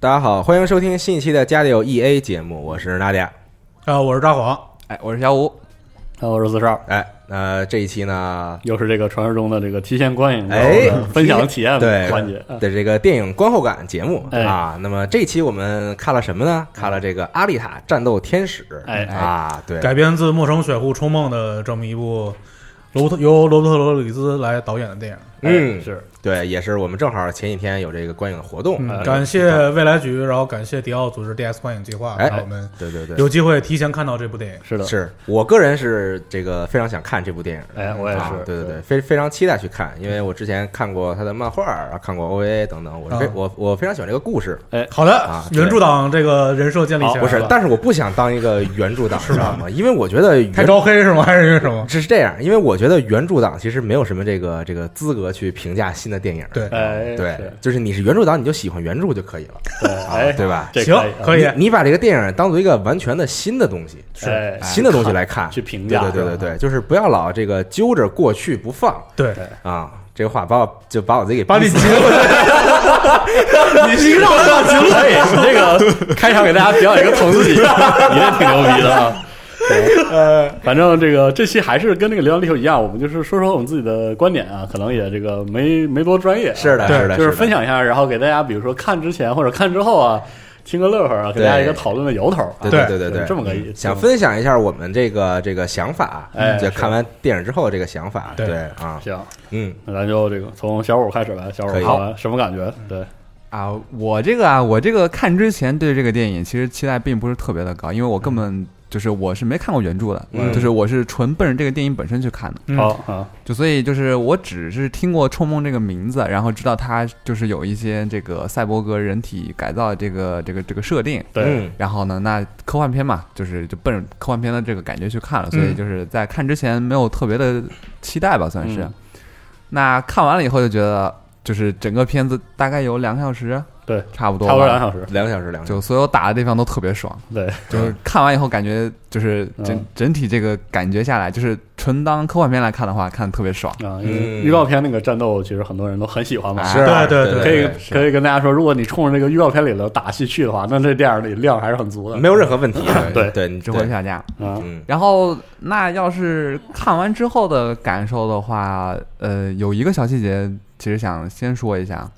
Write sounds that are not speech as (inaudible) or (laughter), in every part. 大家好，欢迎收听新一期的《家里有 EA》节目，我是娜迪亚。啊，我是札幌，哎，我是小五，还有二十四少，哎，那这一期呢又是这个传说中的这个提前观影，哎然后呢嗯分享体验对的环节。嗯的这个电影观后感节目、哎啊，那么这一期我们看了什么呢？看了这个《阿丽塔：战斗天使》哎哎啊，对，改编自《陌生水户冲梦》的这么一部罗伯特由罗伯特·罗德里兹来导演的电影。嗯哎是对，也是我们正好前几天有这个观影活动，嗯呃感谢未来局，然后感谢迪奥组织 DS 观影计划，哎让我们对对对，有机会提前看到这部电影。是的，是我个人是这个非常想看这部电影的。哎，我也啊是，对对对，，非非常期待去看，因为我之前看过他的漫画，然后看过 OVA 等等，我是非、啊我我非常喜欢这个故事，好的，啊对原著党这个人设建立起来了，不是，但是我不想当一个原著党， (laughs) 是知吧道吗？因为我觉得原太招黑是吗？还是因为什么？只是这样，因为我觉得原著党其实没有什么这个这个资格去评价新的电影。对哎，对是，就是你是原著党，你就喜欢原著就可以了，对，哎，对吧？这行可以，可以你你把这个电影当做一个完全的新的东西，是哎新的东西来看，去评对价，对对对是吧，对，就是不要老这个揪着过去不放对，啊。这个话把我就把我自己给把逼你死急了，你是 (laughs) 让我上行了，哎你这个 (laughs) 开场给大家表演一个捅自己，你 (laughs) 这挺牛逼的 (laughs) 啊。对，呃，反正这个这期还是跟那个《流浪地球》一样，我们就是说说我们自己的观点啊，可能也这个没没多专业啊，是的，对是的，就是的分享一下，然后给大家，比如说看之前或者看之后啊，听个乐呵啊，给大家一个讨论的由头啊。对对对对对，这么个意思想分享一下我们这个这个想法，嗯哎就是看完电影之后这个想法，对对啊，行，嗯那咱就这个从小五开始吧，小可以嗯五好吧，什么感觉？对，啊，我这个啊，我这个看之前对这个电影其实期待并不是特别的高，因为我根本就是我是没看过原著的，嗯就是我是纯奔着这个电影本身去看的，嗯好啊，就所以就是我只是听过《冲梦》这个名字，然后知道它就是有一些这个赛博格人体改造的这个这个这个设定。对，嗯然后呢，那科幻片嘛，就是就奔着科幻片的这个感觉去看了，所以嗯就是在看之前没有特别的期待吧，算是。嗯那看完了以后就觉得，就是整个片子大概有两个小时，对，差不多，差不多两，小时，两个小时，两个小时，就所有打的地方都特别爽，对，就是看完以后感觉就是整、嗯整体这个感觉下来，就是纯当科幻片来看的话，看的特别爽。啊，嗯因为预告片那个战斗，其实很多人都很喜欢嘛。啊是对对对对可以哎是可以跟大家说，如果你冲着这个预告片里的打戏去的话，那这电影里量还是很足的。没有任何问题，对对，你值回对票价。啊，嗯然后，那要是看完之后的感受的话，呃，有一个小细节，其实想先说一下，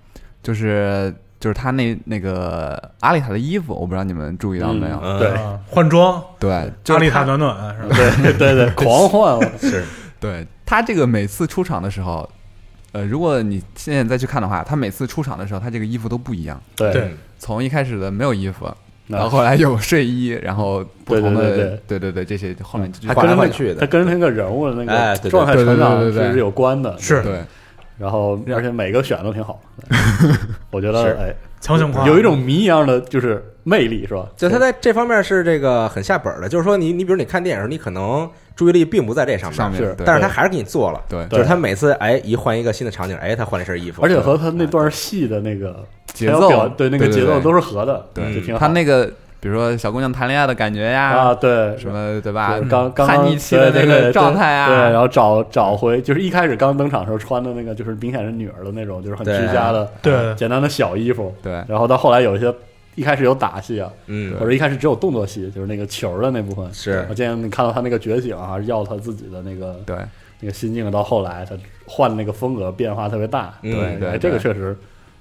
就是就是他那那个阿丽塔的衣服，我不知道你们注意到没有？嗯对啊换装，对，就阿是丽塔他暖暖是吧？对对对，狂欢，是对他这个每次出场的时候，呃，如果你现在再去看的话，他每次出场的时候，他这个衣服都不一样，对对嗯从一开始的没有衣服，啊然后后来有睡衣，然后不同的对对对对对这些后面就他换来跟那换个去的他跟那个人物的哎那对对个状态成长对对对对对是有关的。是对然后而且每个选的都挺好， (laughs) 我觉是得哎，强行夸，啊有一种谜一样的就是魅力，是吧？就他在这方面是这个很下本儿的，就是说你你比如你看电影，你可能注意力并不在这上面，上面是对但是他还是给你做了，对就是他每次哎一换一个新的场景，哎他换了一身衣服，而且和他那段戏的那个节还有表奏对那个节奏都是合的，对就挺好。他那个比如说小姑娘谈恋爱的感觉呀，啊，对，什么对吧？刚刚叛刚逆期的对那对对个状态啊，对，然后找找回就是一开始刚登场的时候穿的那个，就是明显是女儿的那种，就是很对居家的对简单的小衣服。对然后到后来有一些一开始有打戏啊，嗯或者一开始只有动作戏，就是那个球的那部分。是我见你看到他那个觉醒啊，还是要他自己的那个对那个心境，啊到后来他换那个风格变化特别大。嗯哎对这个对确实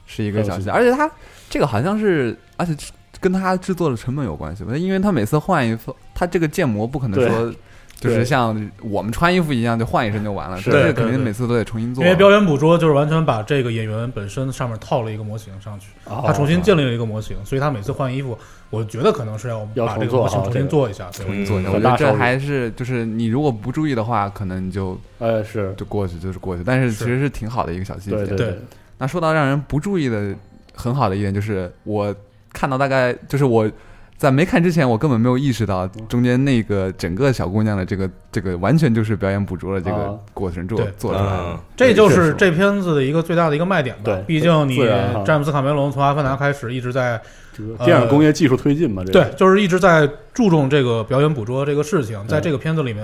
是一个小细节，而且他这个好像是，而且跟他制作的成本有关系吧？因为他每次换一副，他这个建模不可能对说就是对像我们穿衣服一样就换一身就完了，是这对个肯对定对每次都得重新因做。为表演捕捉就是完全把这个演员本身上面套了一个模型上去，哦他重新建立了一个模型，所以他每次换衣服，我觉得可能是要要把这个重做模型好重这新个做一下，对嗯做一下，很我觉大得这手笔还是就是你如果不注意的话，可能就呃是就过去就是过去，但是其实是挺好的一个小细节。对对对那说到让人不注意的很好的一点，就是我看到大概就是我在没看之前，我根本没有意识到嗯中间那个整个小姑娘的这个这个完全就是表演捕捉的这个啊过程做、对啊做出来的嗯。这就确是实这片子的一个最大的一个卖点吧对。毕竟你自然哈詹姆斯卡梅隆从《阿凡达》开始一直在这个电影工业技术推进嘛，这个对，就是一直在注重这个表演捕捉这个事嗯情，在这个片子里面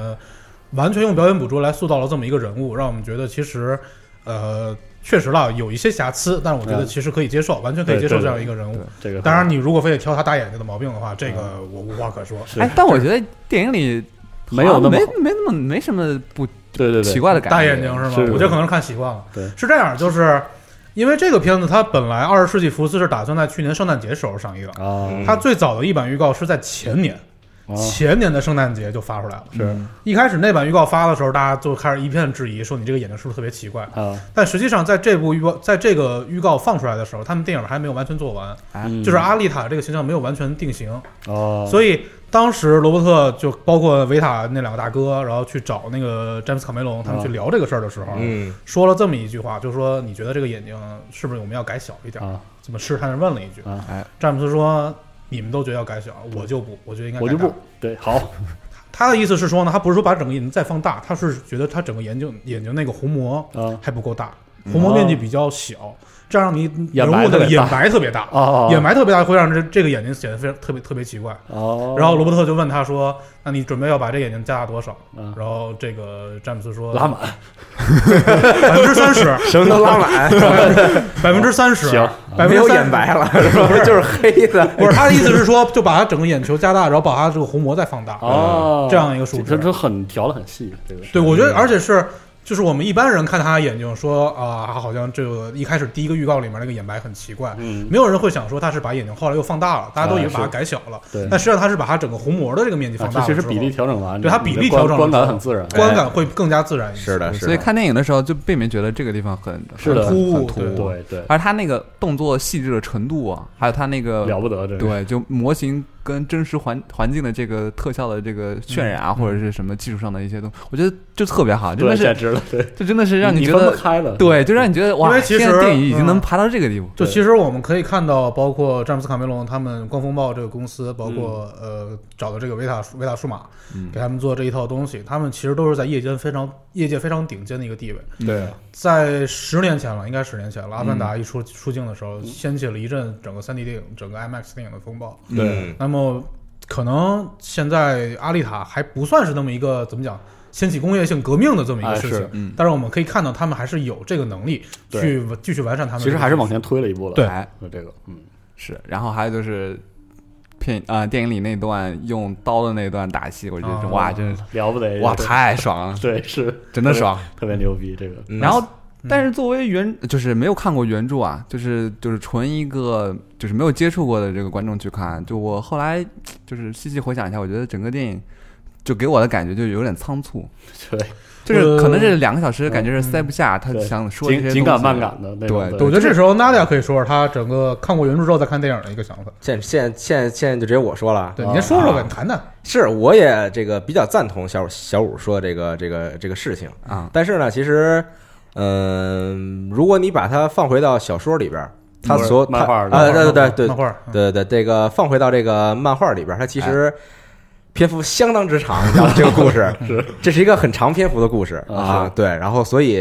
完全用表演捕捉来塑造了这么一个人物，让我们觉得其实呃确实了有一些瑕疵，但是我觉得嗯其实可以接受，完全可以接受对对嗯这样一个人物。这个当然，你如果非得挑他大眼睛的毛病的话，这个我无话可说。是哎，但我觉得电影里没有那么没好没那么没什么不对对对奇怪的感觉，大眼睛是吗？是我觉得可能是看习惯了。对是这样，就是因为这个片子它本来《二十世纪福斯》是打算在去年圣诞节时候上映的，啊嗯它最早的一版预告是在前年，啊前年的圣诞节就发出来了。是一开始那版预告发的时候，大家就开始一片质疑，说你这个眼睛是不是特别奇怪？啊，但实际上，在这部预告，在这个预告放出来的时候，他们电影还没有完全做完，哎嗯就是阿丽塔这个形象没有完全定型，哦，所以当时罗伯特就包括维塔那两个大哥，然后去找那个詹姆斯卡梅隆他们去啊聊这个事儿的时候，嗯说了这么一句话，就说你觉得这个眼睛是不是我们要改小一点？啊怎么试探着问了一句？啊哎詹姆斯说：“你们都觉得要改小，我就不，我觉得应该改我就大不对好他的意思是说呢，他不是说把整个眼睛再放大，他是觉得他整个眼睛眼睛那个虹膜啊还不够大，虹膜面积比较小，这样你眼人白物特的别大眼白特别大，哦眼白特别大会让这这个眼睛显得非常特别特别奇怪。哦，然后罗伯特就问他说：“那你准备要把这眼睛加大多少嗯？”然后这个詹姆斯说：“拉满百分之三十，什么都拉满， (laughs) 百分之三十，啊行百没分之有三眼十。白了，是不是就是黑 (laughs) 的？不是他的意思是说，就把他整个眼球加大，然后把他这个虹膜再放大，哦，这样一个数这值。这很调的很细，这个对，我觉得，而且是就是我们一般人看他的眼睛说啊，好像这个一开始第一个预告里面那个眼白很奇怪，嗯没有人会想说他是把眼睛后来又放大了，大家都以为把它是改小了，对，但实际上他是把它整个虹膜的这个面积啊放大这了其之后，实比例调整完，对它你比的例调整了观观感之后很自然，观感会更加自然一些。是的，是嗯所以的，看电影的时候就并没觉得这个地方很是的很突兀很突对兀。对对，而他那个动作细致的程度啊，还有他那个了不得这个，对，就模型跟真实环环境的这个特效的这个渲染啊，或者是什么技术上的一些东西，我觉得就特别好，真对，的简是，直了，对，就真的是让你觉分不得，开了，对，就让你觉得因哇，为其现在实电影已经能嗯爬到这个地步，就对其实我们可以看到，包括詹姆斯卡梅隆他们光风暴这个公司，嗯包括、呃找的这个维塔维塔数码，给他们做这一套东西，他们其实都是在业间非常业界非常顶尖的一个地位。嗯对在十年前了，应该十年前了，《阿凡嗯达》一出出镜的时候，掀起了一阵整个 3D 电影、整个 IMAX 电影的风暴。嗯，那么，可能现在《阿丽塔》还不算是那么一个怎么讲，掀起工业性革命的这么一哎个事情是，嗯但是我们可以看到他们还是有这个能力对去继续完善他们的其这个技实术。还是往前推了一步了，对哎，这个，嗯，是。然后还有就是片啊、电影里那段用刀的那段打戏，我觉得、哦哇，真是了不得，哇这个太爽了，对是真的爽。特别牛逼，这个嗯然后，但是作为原呃就是没有看过原著啊，就是就是纯一个就是没有接触过的这个观众去看，就我后来就是细细回想一下，我觉得整个电影就给我的感觉就有点仓促，对，就是可能呃这两个小时感觉是塞不下他对想说的嗯这紧些紧东赶西慢赶的那种对的，对我觉得这时候 Nadia 可以说说她整个看过原著之后再看电影的一个想法。现现现现在就直接我说了啊，对，啊你先说说呗，你谈谈。是我也这个比较赞同小五小五说的这个这个这个事情，啊，但是呢，其实，嗯、如果你把它放回到小说里边儿，它不是所漫它画儿啊，对对对对漫画儿，对对对，这个放回到这个漫画里边儿，它其实哎篇幅相当之长，你知道吗这个故事 (laughs) 是这是一个很长篇幅的故事啊啊，对，然后所以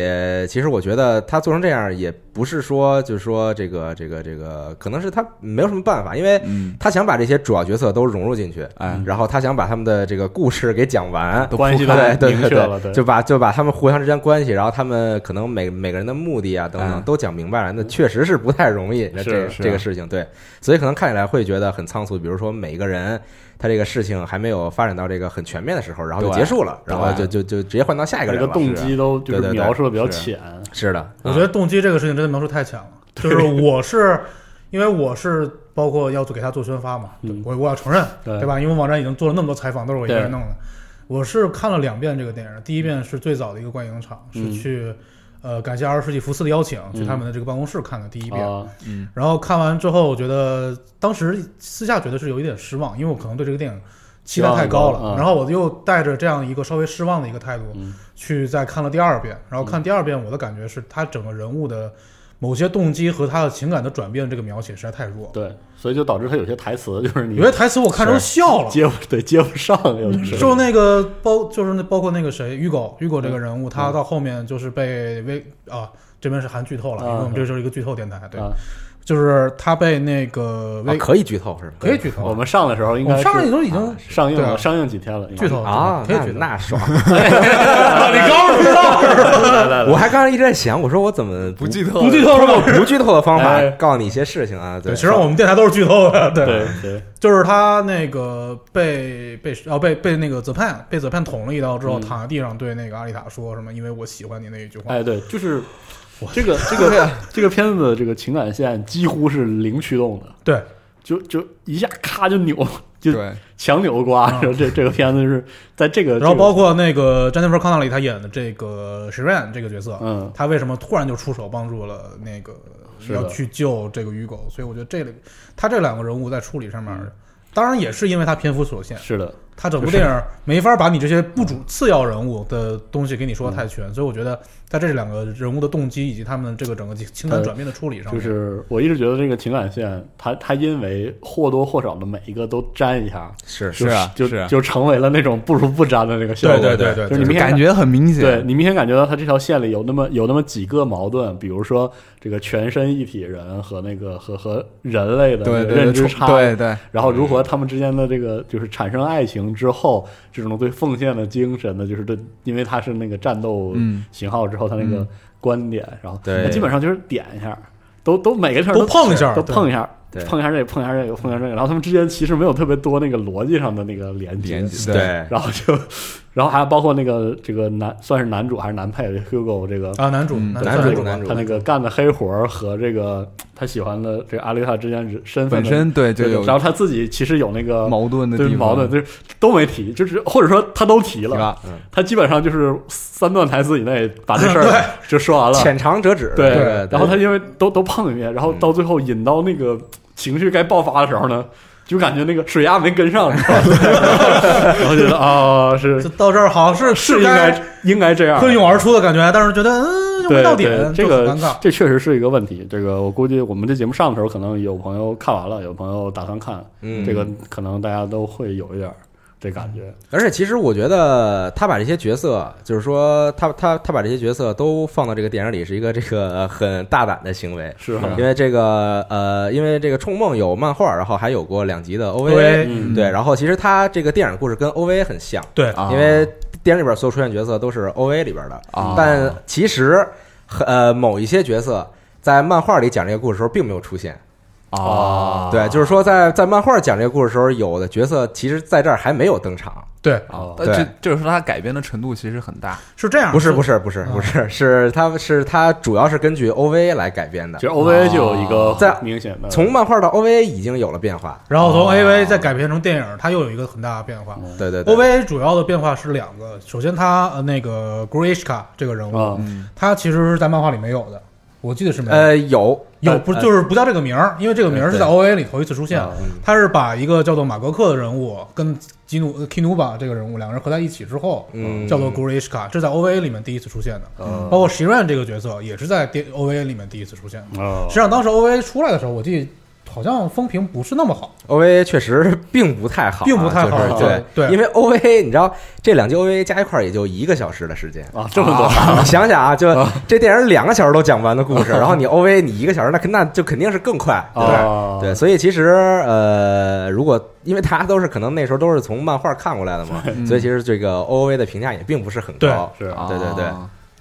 其实我觉得它做成这样也不是说就是说这个这个这个，可能是他没有什么办法，因为嗯，他想把这些主要角色都融入进去，哎，然后他想把他们的这个故事给讲完，关 (laughs) 系都对对明对确了，对对，就把就把他们互相之间关系，然后他们可能每每个人的目的啊等等嗯都讲明白了，那确实是不太容易，那这是是这个事情对，所以可能看起来会觉得很仓促。比如说每个人他这个事情还没有发展到这个很全面的时候，然后就对结束了，对然后就就就直接换到下一个这人个了。动机都就对是对对描述的比较是浅，是的，啊我觉得动机这个事情真的描述太浅了。就是我是，因为我是包括要做给他做宣发嘛，嗯我我要承认，对对吧？因为网站已经做了那么多采访，都是我一个人对弄的。我是看了两遍这个电影，第一遍是最早的一个观影场，嗯是去呃感谢二十世纪福斯的邀请，去他们的这个办公室看的第一遍。啊然后看完之后，我觉得当时私下觉得是有一点失望，因为我可能对这个电影期待太高期望高了了。啊然后我又带着这样一个稍微失望的一个态度、嗯去再看了第二遍。然后看第二遍，我的感觉是他整个人物的某些动机和他的情感的转变这个描写实在太弱，对，所以就导致他有些台词就是你有些台词我看着都笑了。接不对接不上，有的时候就那个包，就是那包括那个谁，雨狗，雨狗这嗯个人物，他到后面就是被微啊，这边是含剧透了，啊因为我们这就是一个剧透电台，对，啊就是他被那个啊威、可以剧透是吧？可以剧透，我们上的时候应我该们是上一周已经上映对了，啊上映几天了？应该剧透啊，可以那剧透。那爽！啊你刚知道？来来来，我还刚才一直在想，我说我怎么不剧透，不剧透通了过吗？不剧透的方法哎告诉你一些事情啊？对，对，其实我们电台都是剧透的，对，对对，就是他那个被被哦被被那个泽盼被泽盼捅了一刀之后，嗯躺在地上对那个阿丽塔说什么“因为我喜欢你”那一句话，哎对，就是这个这个这个片子的这个情感线几乎是零驱动的，对，就就一下咔就扭， (laughs) 就对，强扭瓜。然后这这个片子是在这个，啊然后包括括那个詹妮弗·康纳里她演的这个 Shiran 这个角色，嗯她为什么突然就出手帮助了那个是的要去救这个鱼狗？所以我觉得这里他这两个人物在处理上面，嗯当然也是因为他篇幅所限，是的，他整部电影没法把你这些不主次要人物的东西给你说的太嗯全，所以我觉得在这两个人物的动机以及他们这个整个情感转变的处理上就面，是我一直觉得这个情感线，它它因为或多或少的每一个都沾一下，是就是啊就是啊就成为了那种不如不沾的那个效对果。对对对，就对是你明显感觉很明显，对你明显感觉到他这条线里有那么有那么几个矛盾，比如说这个全身一体人和那个和和人类的对那个对认知对差，对对，然后如何他们之间的这个就是产生爱情之后，这种对奉献的精神呢，就是对，因为他是那个战斗嗯型号之后，他那个嗯观点，然后对他基本上就是点一下，都都每个地儿都都碰一下都对碰一下对，碰一下这个，碰一下这个，碰一下这个，然后他们之间其实没有特别多那个逻辑上的那个连接，连接对，然后就，然后还包括那个这个男算是男主还是男配的 Hugo 这个啊，男主嗯男算主是吧男主他那个干的黑活儿和这个他喜欢的这个阿丽塔之间人身份本的身对就对有然后他自己其实有那个矛盾的对地方，矛盾，就是都没提，就是或者说他都提是了，吧？他基本上就是三段台词以内把这事儿就说完了，嗯浅尝辄止。对，对然后他因为都都碰一遍，然后到最后引到那个情绪该爆发的时候呢。就感觉那个水压没跟上，你知道吗 (laughs) 然后觉得啊、是就到这儿好像是是应该应该这样，喷涌而出的感觉，但是觉得嗯，就没对到对点，这就个啊很尴尬。这确实是一个问题。这个我估计我们这节目上的时候，可能有朋友看完了，有朋友打算看，嗯这个可能大家都会有一点儿这感觉。而且其实我觉得他把这些角色，就是说他他他把这些角色都放到这个电影里，是一个这个很大胆的行为。是啊因为这个呃，因为这个《冲梦》有漫画，然后还有过两集的 OVA， OVA 嗯对，然后其实他这个电影故事跟 OVA 很像，对，啊因为电影里边所有出现角色都是 OVA 里边的，啊但其实呃某一些角色在漫画里讲这个故事的时候并没有出现，哦啊，对，就是说在在漫画讲这个故事的时候，有的角色其实在这儿还没有登场，对，啊，对这就是说它改编的程度其实很大，是这样，不是就不是不是不是，是它是它主要是根据 OVA 来改编的其实，OVA 就有一个在很明显的啊从漫画到 OVA 已经有了变化。然后从哦 AV 再改编成电影，它又有一个很大的变化。嗯对对对 OVA 主要的变化是两个，首先他呃那个 Grishka 这个人物，啊，他其实是在漫画里没有的，我记得是没有的。呃有有不就是不叫这个名儿，因为这个名儿是在对嗯 OVA 里头一次出现啊。他是把一个叫做马格克的人物跟基努呃 Kinuba 这个人物两个人合在一起之后，嗯叫做 Grishka，这是在 OVA 里面第一次出现的。包括 Shiran 这个角色也是在电 OVA 里面第一次出现的。啊嗯实际上当时 OVA 出来的时候，我记得好像风评不是那么好。 OVA 确实并不太好啊，并不太好就是对对对因为 OVA 你知道这两集 OVA 加一块儿也就一个小时的时间。啊这么多，你想想啊，就这电影两个小时都讲不完的故事，然后你 OVA 你一个小时，那肯那就肯定是更快，对吧啊对，所以其实呃，如果因为大家都是可能那时候都是从漫画看过来的嘛，所以其实这个 OVA 的评价也并不是很高。是啊，啊对对对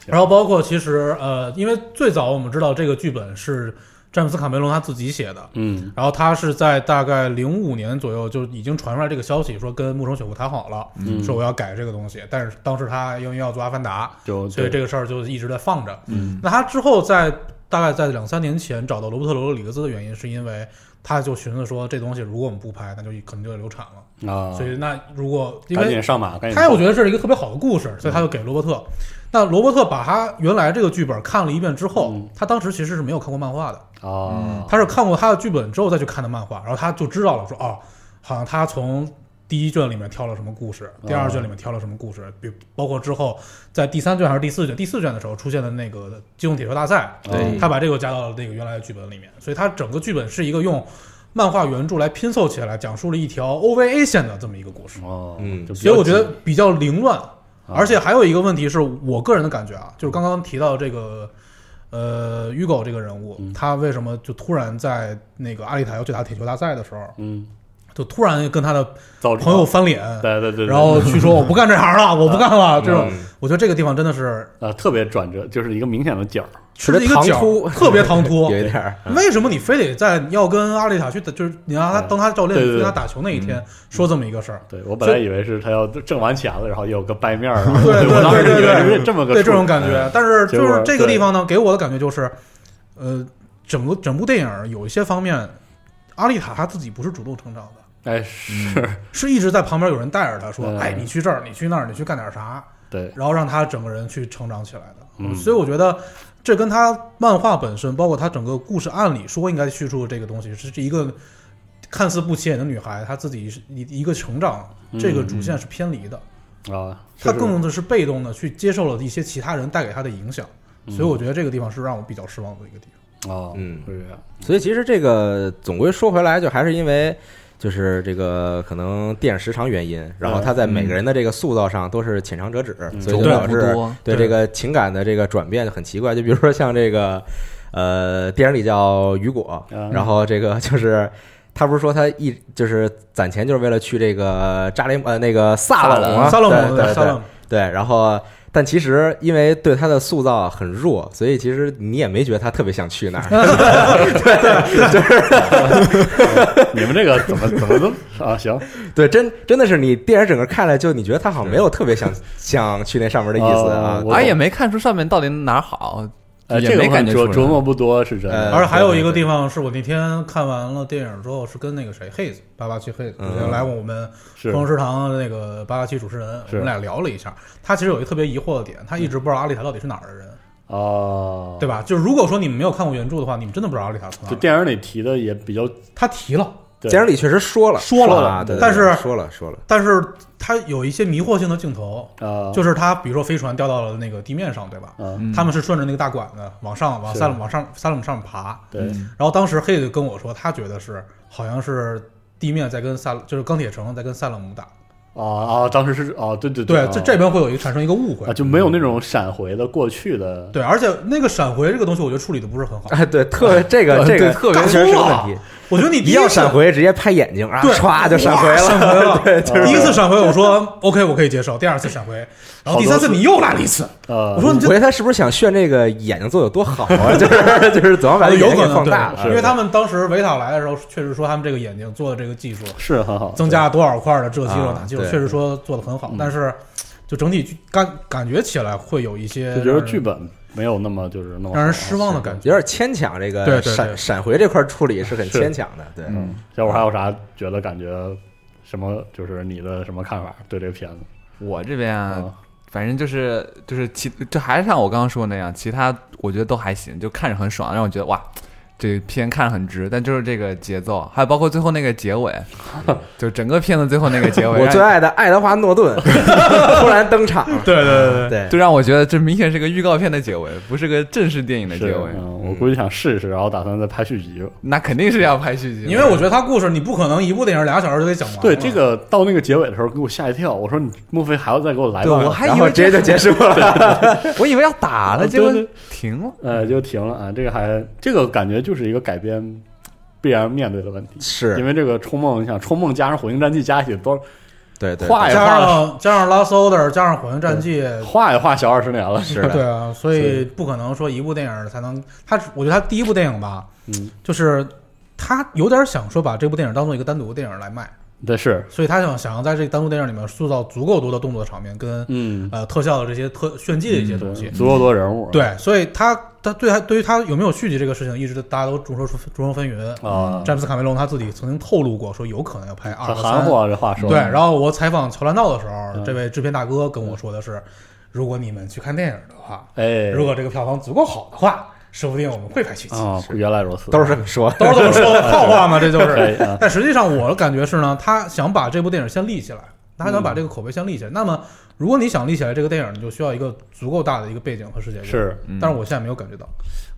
然后包括其实呃，因为最早我们知道这个剧本是詹姆斯卡梅隆他自己写的，嗯然后他是在大概零五年左右就已经传出来这个消息，说跟木城雪户谈好了，嗯说我要改这个东西，但是当时他因为要做《阿凡达》，就所以这个个事儿就一直在放着。嗯，那他之后在大概在两三年前找到罗伯特·罗德里格兹的原因，是因为他就寻思说这东西如果我们不拍，那就肯定就流产了。啊，所以那如果因赶为紧上马，赶紧他我做觉得这是一个特别好的故嗯事，所以他就给罗伯特。那罗伯特把他原来这个剧本看了一遍之后嗯，他当时其实是没有看过漫画的，嗯啊，他是看过他的剧本之后再去看的漫画，然后他就知道了说，哦，好像他从第一卷里面挑了什么故事，第二卷里面挑了什么故事，比包括之后在第三卷还是第四卷，第四卷的时候出现的那个机动铁球大赛，对他把这个加到了那个原来的剧本里面，所以他整个剧本是一个用漫画原著来拼凑起来，讲述了一条 OVA 线的这么一个故事。哦，嗯就比所以较我觉紧得比较啊凌乱。而且还有一个问题是我个人的感觉啊，就是刚刚提到这个呃，Ugo 这个人物，嗯他为什么就突然在那个阿丽塔要去打铁球大赛的时候，嗯，就突然跟他的造朋友翻脸，对对对，对然后去说我不干这行了，我不干 (laughs) 了。这种嗯，我觉得这个地方真的是啊，特别转折，就是一个明显的角儿，是一个唐角突儿，特别唐 (laughs) 突。有一点儿，为什么你非得在你要跟阿丽塔去打，就是你让他当他教练，你对对嗯对嗯跟他打球那一天说这么一个事儿？对我本来以为是他要挣完钱了，然后有个 (laughs) 掰面儿，啊对对 (laughs) 我当时对以对为对是这么个对这种处哎感觉。但是就结是果这个地对方呢，给我的感觉就是，呃，整个整部电影有一些方面，阿丽塔她自己不是主动成长的，哎是，是一直在旁边有人带着她说：“嗯哎，你去这儿，你去那儿，你去干点啥。”对然后让她整个人去成长起来的。嗯所以我觉得这跟她漫画本身，包括她整个故事，按理说应该叙述的这个东西，是一个看似不起眼的女孩，她自己是一一个成长，嗯这个主线是偏离的。啊，他是更的是被动的去接受了一些其他人带给他的影响，嗯所以我觉得这个地方是让我比较失望的一个地方。哦，嗯是这样，所以其实这个总归说回来，就还是因为就是这个可能电影时长原因，然后他在每个人的这个塑造上都是浅尝辄止，嗯所以就对导致不多对这对个情感的这个转变就很奇怪。就比如说像这个呃电影里叫雨果，嗯然后这个就是。他不是说他一就是攒钱就是为了去这个扎雷呃那个萨勒姆啊萨勒姆，对对萨对勒姆，对，然后但其实因为对他的塑造很弱，所以其实你也没觉得他特别想去那儿。你们这个怎么怎么都啊行，对，真真的是你电影整个看来，就你觉得他好像没有特别 (laughs) 想想去那上面的意思啊哦。我而也没看出上面到底哪儿好，呃，也这个没我感觉出琢来琢磨不多是真呃的，而且还有对对一个地方是我那天看完了电影之后，是跟那个谁 Haze 八八七 Haze 嗯之前来我们是疯狂食堂的那个八八七主持人，我是们俩聊了一下。他其实有一个特别疑惑的点，他一直不知道阿丽塔到底是哪儿的人，嗯哦，对吧？就是如果说你们没有看过原著的话，你们真的不知道阿丽塔从哪儿就来。电影里提的也比较他提了，对电影里确实说了说了啊，对，对但对是说了说了，但是他有一些迷惑性的镜头，啊，就是他比如说飞船掉到了那个地面上，对吧？啊，嗯他们是顺着那个大管子往上往是三往上三冷上爬。对，嗯然后当时黑就跟我说，他觉得是好像是地面在跟萨就是钢铁城在跟萨勒姆打。啊啊，当时是啊，对对对哦啊，这这边会有一个产生一个误会啊。就没有那种闪回的过去的，对，而且那个闪回这个东西，我觉得处理的不是很好。哎，对， (laughs) 特这个呃这对个特别确实是个大问叔题，我觉得你第一一要次闪，回直接拍眼睛啊，对歘就闪回哇闪了。回了。 (laughs) 啊对，就是第一次闪回我说 OK，我可以接受。第二次闪回，然后第三次好多次你又来了一次，呃，我说你这我觉得他啊是不是想炫这个眼睛做有多好啊？就是 (laughs) 就是总要把这个哦有眼睛可给能放大对啊，因为他们当时维塔来的时候，确实说他们这个眼睛做的这个技术是很好，增加了多少块的这肌肉啊打肌肉，对确实说做的很嗯好，但是就整体剧感感觉起来会有一些就觉得让人剧本没有那么就是那么让人好啊失望的感觉。有点牵强。这对个对对闪闪回这块处理是很是牵强的，对。嗯小伙还有啥觉得感觉什么？就是你的什么看法对这个片子？我这边啊啊反正就是就是其就还是像我刚刚说的那样，其他我觉得都还行，就看着很爽，让我觉得哇，这片看着很值。但就是这个节奏，还有包括最后那个结尾，就整个片子最后那 (laughs) 个结尾，我让最爱的爱德华诺顿 (laughs) 突然登场，对对对对，对，就让我觉得这明显是个预告片的结尾，不是个正式电影的是结尾。嗯，我估计想试一试，然后打算再拍续集。啊那肯定是要拍续集了，因为我觉得他故事你不可能一部电影俩小时就给讲完了。对，这个到那个结尾的时候给我吓一跳，我说你莫非还要再给我来对半我个？还然以后为直接就结 (laughs) 束了。我以为要打了，啊结果对对 (laughs) 停了。呃，就停了啊。这个还这个感觉就是一个改编必然面对的问题，因是，为这个冲梦，你想冲梦加上火星战记加起多对对，画对也加画了，上加上拉索德，加上火焰战记，画也画小二十年了。是对的，啊，所以不可能说一部电影才能他，我觉得他第一部电影吧，嗯，就是他有点想说把这部电影当做一个单独的电影来卖，对，是，所以他想想要在这个单独电影里面塑造足够多的动作场面跟嗯，呃特效的这些特炫技的一些东西对。足够多人物。对，所以他他对他对于他有没有续集这个事情，一直大家都众说众说纷纭。啊，詹姆斯卡梅隆他自己曾经透露过，说有可能要拍二很和含三。糊啊，这话说。对，然后我采访乔兰道的时候，嗯这位制片大哥跟我说的是，如果你们去看电影的话，哎，如果这个票房足够好的话，说不定我们会拍续集。啊，原来如此，都是这么说。 (laughs) 都是这么说的，套话 (laughs) 嘛，这就可是。以啊，但实际上，我的感觉是呢，他想把这部电影先立起来，他想把这个口碑先立起来。那么，如果你想立起来这个电影，你就需要一个足够大的一个背景和世界观。是，嗯但是我现在没有感觉到，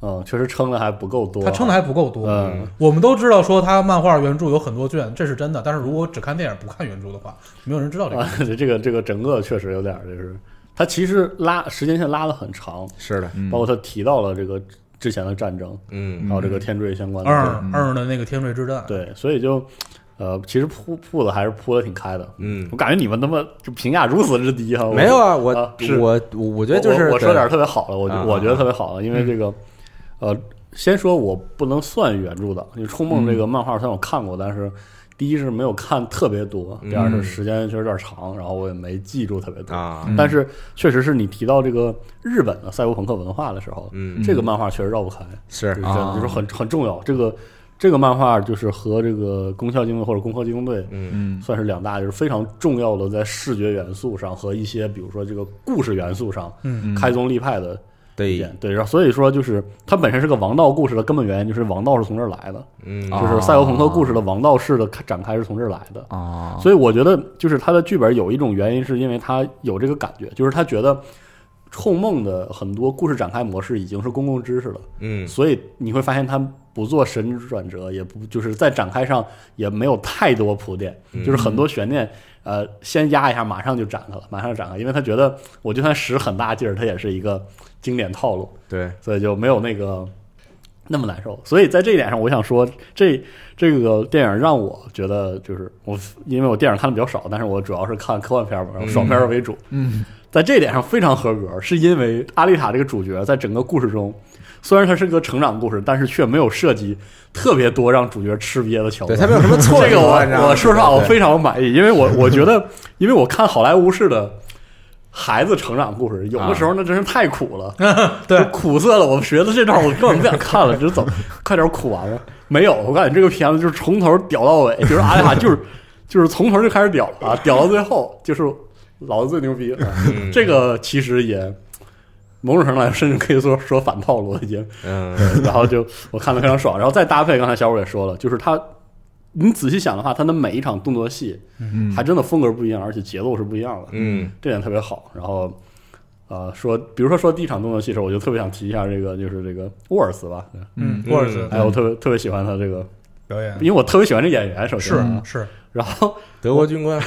嗯，确实撑的还不够多，他撑的还不够多。嗯，我们都知道说他漫画原著有很多卷，这是真 (laughs) 的。啊但是如果只看电影不看原著的话，没有人知道这个。啊，这个这个整个确实有点儿就是它其实拉时间线拉得很长，是的，嗯包括他提到了这个之前的战争，嗯还有这个天坠相关的二事儿，嗯二的那个天瑞之战，对，所以就呃，其实铺铺的还是铺的挺开的。嗯我，感觉你们他妈就评价如此之低哈，我没有啊，我啊是我我觉得就我是我我说对点儿特别好的，我觉啊我觉得特别好的，因为这个，呃，先说我不能算原著党，因为《冲梦》这个嗯漫画虽然我看过，但是第一是没有看特别多，第二是嗯时间确实有点长，然后我也没记住特别多。啊，嗯但是确实是你提到这个日本的赛博朋克文化的时候，嗯这个漫画确实绕不开，是就是啊就是很很重要。这个这个漫画就是和这个《功效机动队》或者《攻壳机动队》嗯嗯算是两大，就是非常重要的在视觉元素上和一些比如说这个故事元素上嗯，嗯开宗立派的一对点。对，然后所以说就是它本身是个王道故事的根本原因，就是王道是从这儿来的，嗯啊就是赛博朋克故事的王道式的开展开是从这儿来的。哦，所以我觉得就是它的剧本有一种原因，是因为它有这个感觉，就是他觉得。冲梦的很多故事展开模式已经是公共知识了，嗯所以你会发现它不做神之转折，也不就是在展开上也没有太多铺垫，嗯就是很多悬念，呃，先压一下，马上就展开了，马上展开，因为他觉得我就算使很大劲儿，它也是一个经典套路，对所以就没有那个那么难受。所以在这一点上，我想说，这这个电影让我觉得就是我，因为我电影看的比较少，但是我主要是看科幻片嘛，然后爽片为主，嗯在这一点上非常合格，是因为阿丽塔这个主角在整个故事中，虽然它是个成长故事，但是却没有涉及特别多让主角吃瘪的桥对，段。他没有什么错 (laughs) 这觉，个我你知道吗我说实话，我对非常满意，因为我我觉得，因为我看好莱坞式的孩子成长故事，有的时候那真是太苦了，对就苦涩了。我觉得这段我根本不想看了，就走，快点苦完了。没有，我感觉这个片子就是从头屌到尾，就是阿丽塔就是就是从头就开始屌啊，屌到最后就是老子最牛逼。啊嗯这个其实也。某种程度来说，甚至可以说说反套路了已经。嗯然后就我看的非常爽，然后再搭配刚才小五也说了，就是他，你仔细想的话，他的每一场动作戏嗯还真的风格不一样，而且节奏是不一样的，嗯这点特别好。然后，呃，说比如说说第一场动作戏的时候，我就特别想提一下这个，就是这个沃尔斯吧，嗯，沃尔斯嗯哎，我特别特别喜欢他这个，表演因为我特别喜欢这演员，首先是啊，是然后德国军官，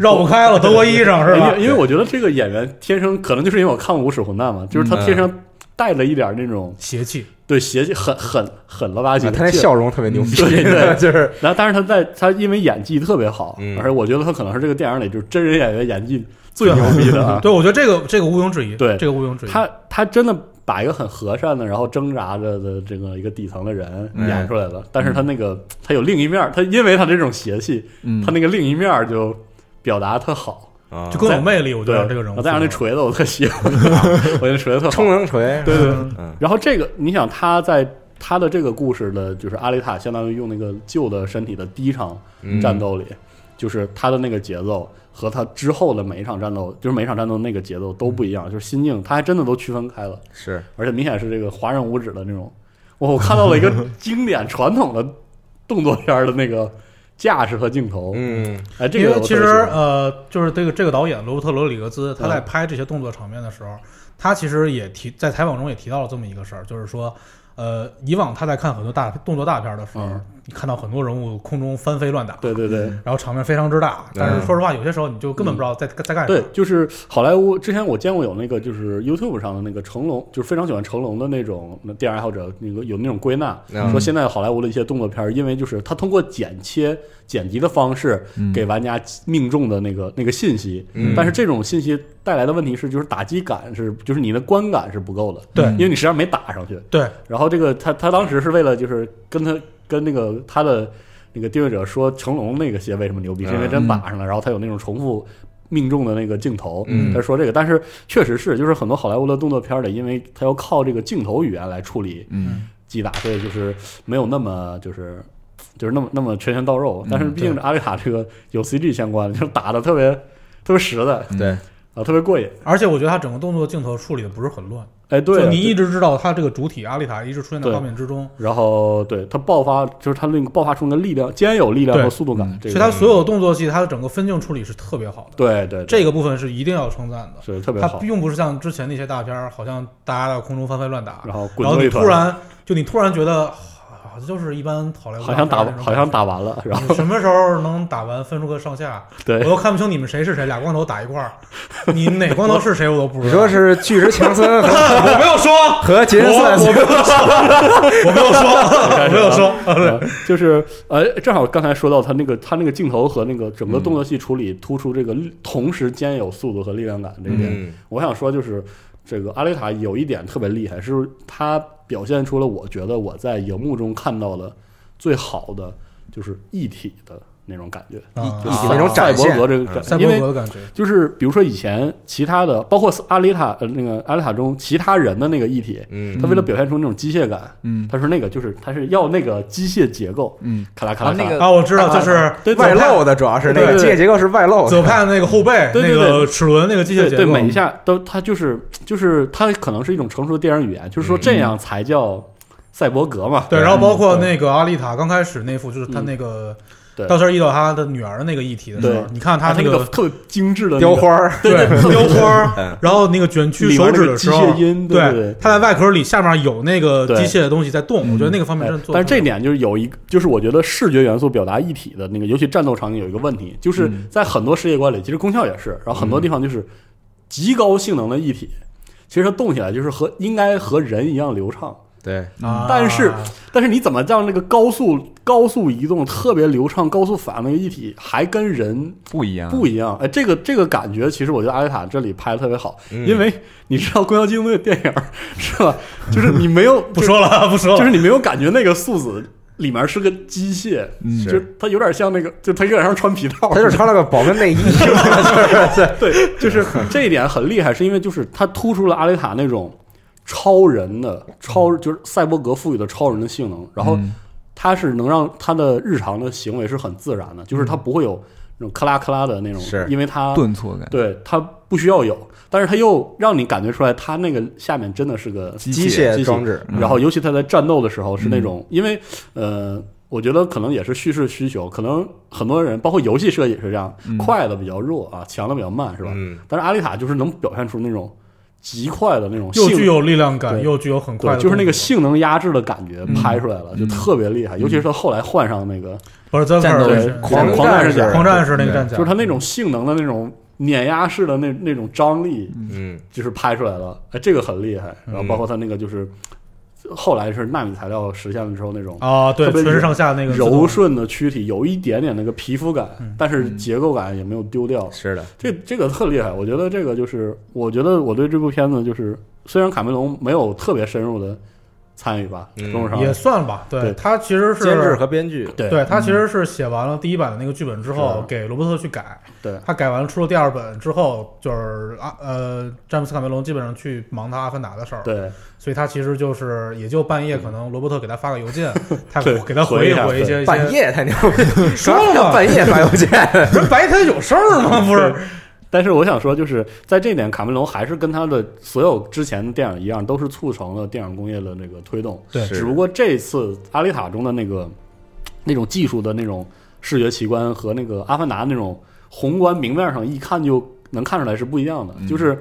绕不开了，德国医生是因吧为？因为我觉得这个演员天生可能就是因为我看过《无耻混蛋》嘛，就是他嗯天生带了一点那种邪气，对邪气，很很很了吧唧的劲儿，啊他那笑容特别牛逼，嗯对对 (laughs) 就是然后，但是他在他因为演技特别好，嗯而且我觉得他可能是这个电影里就是真人演员演技最牛逼的 (laughs) 啊。对我觉得这个这个毋庸置疑，对这个毋庸置疑，他他真的把一个很和善的，然后挣扎着的这个一个底层的人哎演出来了。但是嗯他那个他有另一面儿，他因为他这种邪气，嗯他那个另一面儿就表达得特好。啊就更有魅力，我觉对得，这个人我物。再上那锤子，我特 (laughs) 喜欢，我觉得锤子特好冲。能锤，对对对。嗯然后这个，你想他在他的这个故事的，就是阿丽塔相当于用那个旧的身体的第一场嗯战斗里，就是他的那个节奏和他之后的每一场战斗，就是每一场战斗那个节奏都不一样，就是心境，他还真的都区分开了，是而且明显是这个华人五指的那种，我我看到 (laughs) 了一个经典传统的动作片儿的那个架势和镜头，嗯哎，这因个为我其特实别喜欢呃，就是这个这个导演罗伯特·罗里格兹，他在嗯拍这些动作场面的时候，他其实也提在采访中也提到了这么一个事儿，就是说，呃，以往他在看很多大动作大片的时候，嗯你看到很多人物空中翻飞乱打，对对对。然后场面非常之大，但嗯是说实话，有些时候你就根本不知道在、在干什么。嗯对，就是好莱坞。之前我见过有那个，就是 YouTube 上的那个成龙，就是非常喜欢成龙的那种那电影爱好者，那个有那种归纳，嗯说现在好莱坞的一些动作片儿，因为就是他通过剪切、剪辑的方式嗯给玩家命中的那个那个信息，嗯但是这种信息带来的问题是，就是打击感是，就是你的观感是不够的，对因为你实际上没打上去。对然后这个他他当时是为了就是跟他跟那个他的那个订阅者说成龙那个鞋为什么牛逼，是嗯因为真打上了，然后他有那种重复命中的那个镜头，嗯他说这个，但是确实是就是很多好莱坞的动作片儿里，因为他要靠这个镜头语言来处理嗯击打，所以就是没有那么就是。就是那么那么拳拳到肉，但是毕竟嗯对阿丽塔这个有 CG 相关，就是打的特别特别实在对啊，特别过瘾。而且我觉得他整个动作镜头处理的不是很乱，哎，对啊，就你对一直知道他这个主体阿丽塔一直出现在对画面之中，然后对它爆发，就是它那个爆发出那个力量，兼有力量和对速度感嗯。这所个以他所有动作戏，他的整个分镜处理是特别好的，对对，这个部分是一定要称赞的。是特别它好。并不是像之前那些大片儿，好像大家在空中翻飞乱打，然后然滚后作你一团突然就你突然觉得啊啊，这就是一般好莱坞好像大打片那种好像打完 (laughs) 了，然后什么时候能打完分出个上下？ (laughs) 对我都看不清你们谁是谁，俩光头打一块儿，你哪光头是谁我都不知道。你说是巨石强森和 (laughs) 我没有说，和杰森斯坦我我斯没有说，我没有 (laughs) 说，我没有说。啊嗯就是呃，正好刚才说到他那个他那个镜头和那个整个动作戏处理，突出这个力同时兼有速度和力量感这一点。嗯我想说就是这个阿丽塔有一点特别厉害，是她表现出了我觉得我在荧幕中看到的最好的就是一体的那种感觉，啊一体那种赛展博现格这个嗯感，赛因博为格的感觉，就是比如说以前其他的，包括阿丽塔呃那个阿丽塔中其他人的那个一体，嗯他为了表现出那种机械感，嗯他说那个就是他是要那个机械结构，嗯，咔啦咔啦啊那咔啦个啊，我知道，就是对外露的，主要是那对个对机对械结构是外露左的。派那个后背，对对那对个齿轮，那个机械对结对，构，每一下都他就是就是他可能是一种成熟的电影语言，就是说这样才叫赛博格嘛。对，吧然后包括那个阿丽塔刚开始那幅，就是他那个嗯对到时候遇到他的女儿的那个议题的时候对，你看他他那啊个个特别精致的那雕个，花儿，对雕花嗯儿，然后那个卷曲里面手那指个的机时候械，音，对对。他在外壳里下面有那个对嗯机械的东西在动，我觉得那个方面真的做得哎但是这特别点就是有一个，就是我觉得视觉元素表达一体的那个，尤其战斗场景有一个问题，就是嗯在很多世界观里，其实功效也是，然后很多地方就是极高性能的一体，其实它动起来就是和应该和人一样流畅，对，好啊但是但是你怎么让那个高速高速移动特别流畅、高速反应那个一体还跟人不啊啊一样，不一样？哎，这个这个感觉，其实我觉得阿丽塔这里拍的特别好，嗯因为你知道《宫桥机动队》电影儿是吧？就是你 (laughs) 没有不说了，不说 (laughs) 就了是，你没有感觉那个素子里面是个机械，嗯就是它有点像那个，就它有点像穿皮套， (laughs) 他 (laughs) 就是穿了个保温内 (laughs) 衣， (laughs) 对，就是这一点很厉害，是因为就是它突出了阿丽塔那种超人的超，就是赛博格赋予的超人的性能，然后嗯它是能让他的日常的行为是很自然的，就是他不会有那种克拉克拉的那种，是因为他顿挫感，对他不需要有，但是他又让你感觉出来，他那个下面真的是个机械装置，嗯然后尤其他在战斗的时候是那种，因为呃，我觉得可能也是叙事需求，可能很多人包括游戏设计也是这样，嗯快的比较弱啊，强的比较慢，是吧？嗯，但是阿丽塔就是能表现出那种极快的那种又性具有力量感，对又具有很快的对，动作，就是那个性能压制的感觉拍出来了，就嗯特别厉害。尤其是他后来换上那个不是 z e 战斗对是狂狂战战士甲，狂战士那个战甲，就是他那种性能的那种碾压式的那那种张力，嗯，就是拍出来了，哎，这个很厉害。然后嗯包括他那个就是后来是纳米材料实现了之后那种啊，对，特别全身上下那个自动嗯柔顺的躯体，有一点点那个皮肤感，但是结构感也没有丢掉。是的，这这个特厉害，我觉得这个就是，我觉得我对这部片子就是，虽然卡梅隆没有特别深入的参与吧，嗯跟我上也算吧，对对他其实是监制和编剧，对对他其实是写完了第一版的那个剧本之后，是给罗伯特去改。对他改完了出了第二本之后，就是啊呃，詹姆斯卡梅隆基本上去忙他《阿凡达》的事儿，对所以他其实就是也就半夜可能罗伯特给他发个邮件，他嗯对给他回回一下回一些一半些，夜太牛逼， (laughs) 说了要 (laughs) 吧半夜发邮件，啊不是白天有事儿吗？不是，但是我想说，就是在这点，卡梅隆还是跟他的所有之前的电影一样，都是促成了电影工业的那个推动。对是只不过这次《阿丽塔》中的那个那种技术的那种视觉奇观和那个《阿凡达》那种宏观明面上一看就能看出来是不一样的。嗯就是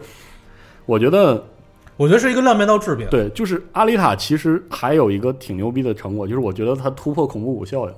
我觉得，我觉得是一个亮面到质变。对，就是《阿丽塔》其实还有一个挺牛逼的成果，就是我觉得它突破恐怖谷效应。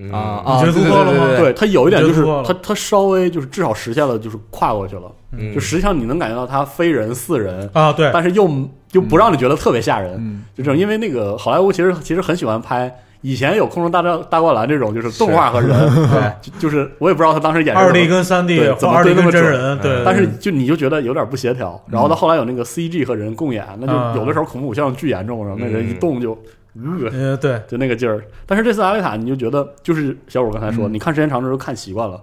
嗯啊，啊，你觉得对突破了吗对对对，对它有一点就是你觉得突破了它它稍微就是至少实现了，就是跨过去了。嗯就实际上你能感觉到它非人似人，啊，对， (laughs) 但是又又不让你觉得特别吓人。嗯就这种，因为那个好莱坞其实其实很喜欢拍，以前有《空中大战大灌篮》这种，就是动画和人，对就就是我也不知道他当时演什么二 D 跟三 D 对或怎么二 D 对那跟么真准嗯人，对，但是就你就觉得有点不协调，然后到后来有那个 CG 和人共演，那嗯就有的时候恐怖像巨严重，然后那人一动就，呃，呃，对，就那个劲儿。但是这次阿丽塔，你就觉得就是小五刚才说，嗯你看时间长了就看习惯了。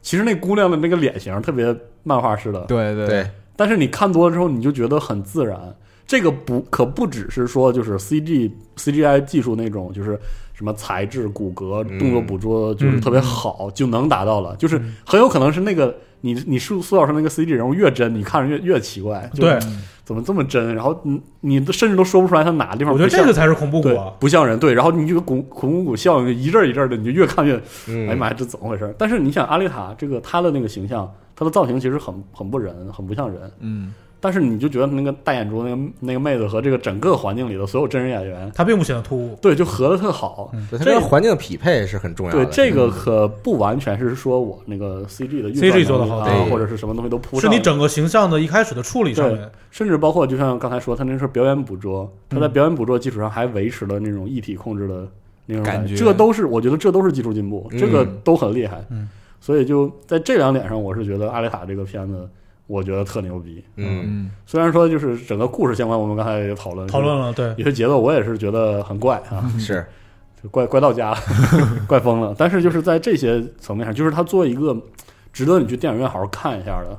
其实那姑娘的那个脸型特别漫画式的，对对对，但是你看多了之后，你就觉得很自然。这个不可不只是说就是 CG CGI 技术那种，就是什么材质、骨骼、嗯动作捕捉就是特别好、就能达到了，嗯就是很有可能是那个你你塑塑造成那个 CG 人物越真，你看着越越奇怪，就对，怎么这么真？然后你你都甚至都说不出来他哪地方我不觉像，得这个才是恐怖谷对啊，不像人，对，然后你就恐恐怖谷效应一阵儿一阵儿的，你就越看越哎呀嗯，妈呀，这怎么回事儿？但是你想阿丽塔这个她的那个形象，她的造型其实很很不人，很不像人。嗯但是你就觉得那个大眼珠那个那个妹子和这个整个环境里的所有真人演员，他并不显得突兀。对，就合的特好。嗯对它跟环境匹配是很重要对的。，这个可不完全是说我那个 CG 的运 CG 算做得能力好啊，对或者是什么东西都铺是上了，你整个形象的一开始的处理上面，甚至包括就像刚才说，他那是表演捕捉，他在嗯表演捕捉基础上还维持了那种一体控制的那种感觉，觉这都是我觉得这都是技术进步，这个嗯都很厉害。嗯所以就在这两点上，我是觉得《阿丽塔》这个片子，我觉得特牛逼。嗯，嗯，虽然说就是整个故事相关，我们刚才也讨论讨论了，对，有些节奏，我也是觉得很怪啊，是就怪怪到家了， (laughs) 怪疯了。但是就是在这些层面上，就是它做一个值得你去电影院好好看一下的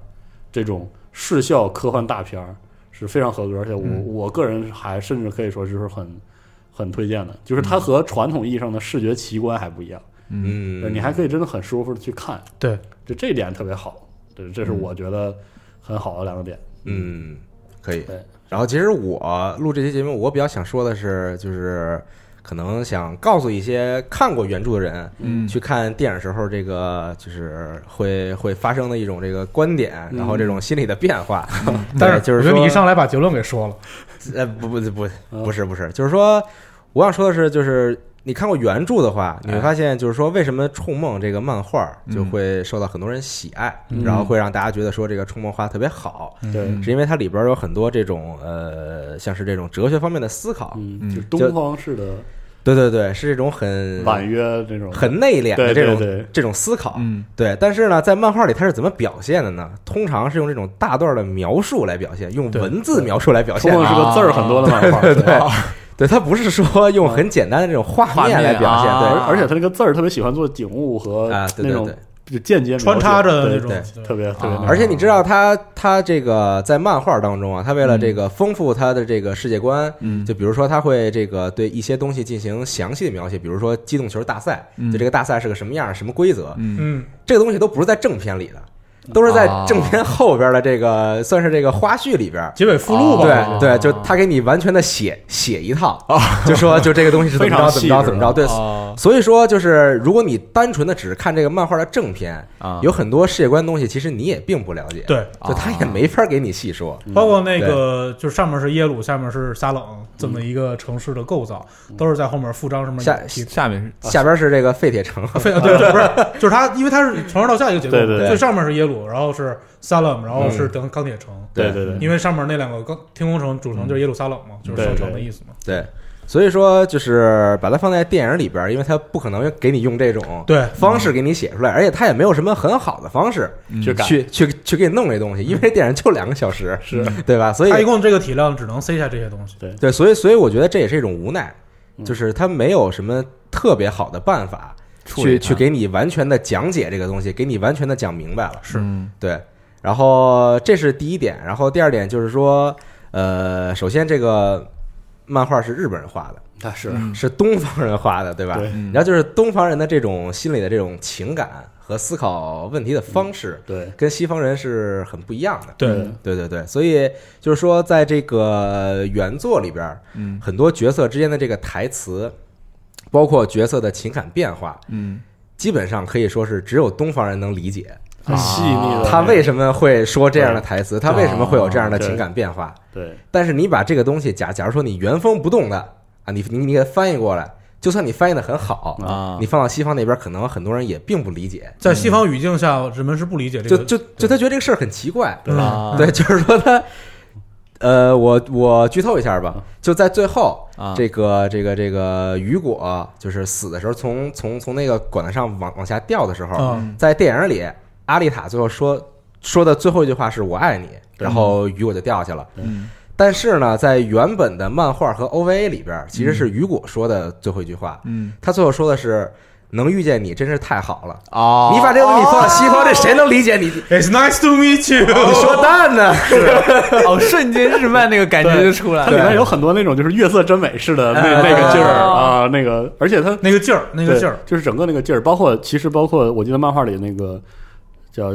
这种视效科幻大片儿是非常合格，而且我、嗯我个人还甚至可以说就是很很推荐的，就是它和传统意义上的视觉奇观还不一样，嗯，你还可以真的很舒服的去看，对，就这一点特别好，这这是我觉得很好的两个点。嗯，可以对。然后其实我录这期节目，我比较想说的是，就是可能想告诉一些看过原著的人，嗯去看电影时候这个就是会会发生的一种这个观点，嗯然后这种心理的变化。 (laughs) 对嗯但是就是我觉说得你一上来把结论给说了，呃，不不不嗯不，不是不是，就是说，我想说的是，就是你看过原著的哎话，你会发现，就是说，为什么《冲梦》这个漫画嗯就会受到很多人喜爱，嗯然后会让大家觉得说这个《冲梦》画得特别好，对，嗯是因为它里边有很多这种呃，像是这种哲学方面的思考。嗯，嗯就东方式的对对对，是这种很婉约这种，呃很内敛的对这对种对，这种思考。嗯对，但是呢，在漫画里它是怎么表现的呢？通常是用这种大段的描述来表现，用对文字描述来表现冲。浪是个字儿很多 (laughs) 的漫画，啊对对对对，它不是说用很简单的这种画面来表现，啊画面对啊而而且他那个字儿特别喜欢做景物和啊，对那对种对。就间接描写穿插着那对种对，对特别特别那啊种，而且你知道他他这个在漫画当中啊，他为了这个丰富他的这个世界观，嗯就比如说他会这个对一些东西进行详细的描写，比如说机动球大赛，嗯就这个大赛是个什么样、什么规则，嗯嗯，这个东西都不是在正片里的，都是在啊正片后边的这个算是这个花絮里边，结尾附录吧，哦对对，就他给你完全的写写一套，就说就这个东西是怎么着非常怎细么致着怎么着，对。啊所以说，就是如果你单纯的只看这个漫画的正片，啊有很多世界观的东西，其实你也并不了解，，对，就他也没法给你细说。包括那个就是上面是耶鲁，下面是撒冷这么一个城市的构造，都是在后面附章上面下有提下面是下边是这个废铁城，啊非对对，不是，就是它，因为它是从上到下一个结构，对对对最上面是耶鲁，然后是萨勒姆，然后是等钢铁城，对对对，因为上面那两个钢天空城主城就是耶路撒冷嘛，就是对圣对城的意思嘛。对，所以说就是把它放在电影里边，因为它不可能给你用这种对方式给你写出来，而且它也没有什么很好的方式嗯去改嗯去去去给你弄这东西，因为这电影就两个小时，是对吧？所以它一共这个体量只能塞下这些东西。对，所以所以我觉得这也是一种无奈，嗯就是他没有什么特别好的办法处理去它去给你完全的讲解这个东西，给你完全的讲明白了。是嗯对，然后这是第一点，然后第二点就是说，呃，首先这个漫画是日本人画的，那是嗯啊是东方人画的，对吧？对嗯然后就是东方人的这种心理的这种情感和思考问题的方嗯式，对跟西方人是很不一样的。对嗯对对对，所以就是说，在这个原作里边儿，嗯很多角色之间的这个台词，包括角色的情感变化，嗯基本上可以说是只有东方人能理解。很细腻的，啊他为什么会说这样的台词？他为什么会有这样的哦对情感变化？对但是你把这个东西，假假如说你原封不动的啊，你你你给它翻译过来，就算你翻译的很好，啊你放到西方那边，可能很多人也并不理解，在西方语境下，人们是不理解这就个，就就他觉得这个事儿很奇怪，对嗯啊对，就是说他，呃，我我剧透一下吧，就在最后，嗯啊这个这个这个雨果就是死的时候，从从从那个管子上往往下掉的时候，嗯，在电影里，阿丽塔最后说说的最后一句话是我爱你，然后雨果就掉下去了。嗯但是呢，在原本的漫画和 OVA 里边，其实是雨果说的最后一句话，嗯他最后说的是能遇见你真是太好了。哦你把这个问题放到西方，这谁能理解 (laughs) 你？你 It's nice to meet you。说蛋呢？哦，瞬间日漫那个感觉就出来它了里面有很多那种就是月色真美似的那哎那个劲儿哦啊，那个，而且它那个劲儿，那个劲儿对，就是整个那个劲儿，包括其实包括我记得漫画里那个叫。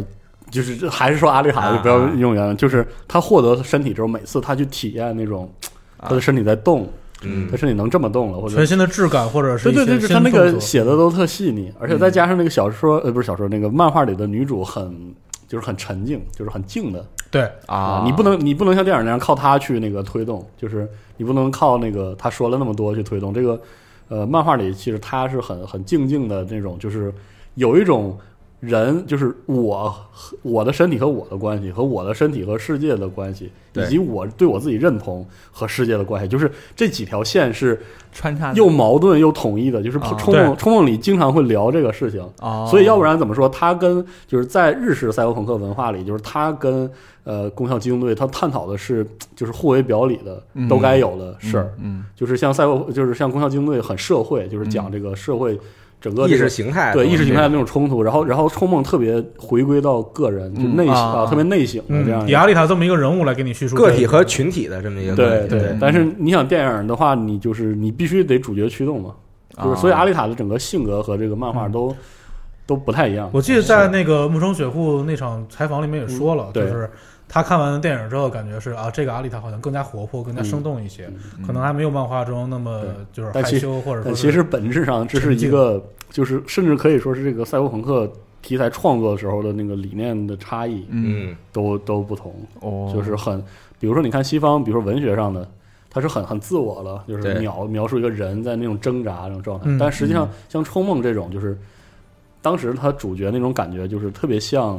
就是还是说阿丽塔，啊就不要用原文。就是他获得身体之后，每次他去体验那种啊他的身体在动，嗯他身体能这么动了，或者全新的质感，或者是对一对些对，就是新他那动个作写的都特细腻，而且嗯再加上那个小说，呃，不是小说，那个漫画里的女主很就是很沉静，就是很静的对，啊，你不能你不能像电影那样靠它去那个推动，就是你不能靠那个他说了那么多去推动这个。呃，漫画里其实他是很很静静的那种，就是有一种人，就是我和我的身体和我的关系，和我的身体和世界的关系，以对及我对我自己认同和世界的关系，就是这几条线是穿插又矛盾又统一的。就是啊冲对梦冲梦里经常会聊这个事情，哦，所以要不然怎么说？他跟就是在日式赛博朋克文化里，就是他跟呃《攻壳机动队》，他探讨的是就是互为表里的嗯都该有的事儿，嗯，就是像赛博，就是像《攻壳机动队》很社会，就是讲这个社会整个意这个识形态对意识形态的嗯那种冲突。然后然后冲梦特别回归到个人，就内省啊啊，特别内省的这样嗯，一以个。阿丽塔这么一个人物来给你叙述个这体和群体的这么一个关对系对但是你想电影的话，你就是你必须得主角驱动嘛，啊就是所以阿丽塔的整个性格和这个漫画都都不太一样。我记得在那个木生雪户那场采访里面也说了，嗯对就是他看完电影之后，感觉是啊，这个阿丽塔好像更加活泼、更加生动一些，可能还没有漫画中那么嗯就对是害但其羞或者说但其是实本质上这是一个，就是甚至可以说是这个赛博朋克题材创作的时候的那个理念的差异嗯，嗯，都都不同，哦，就是很，比如说你看西方，比如说文学上的，它是很很自我了，就是对描描述一个人在那种挣扎那种状态嗯，但实际上像《冲梦》这种，就是当时他主角那种感觉，就是特别像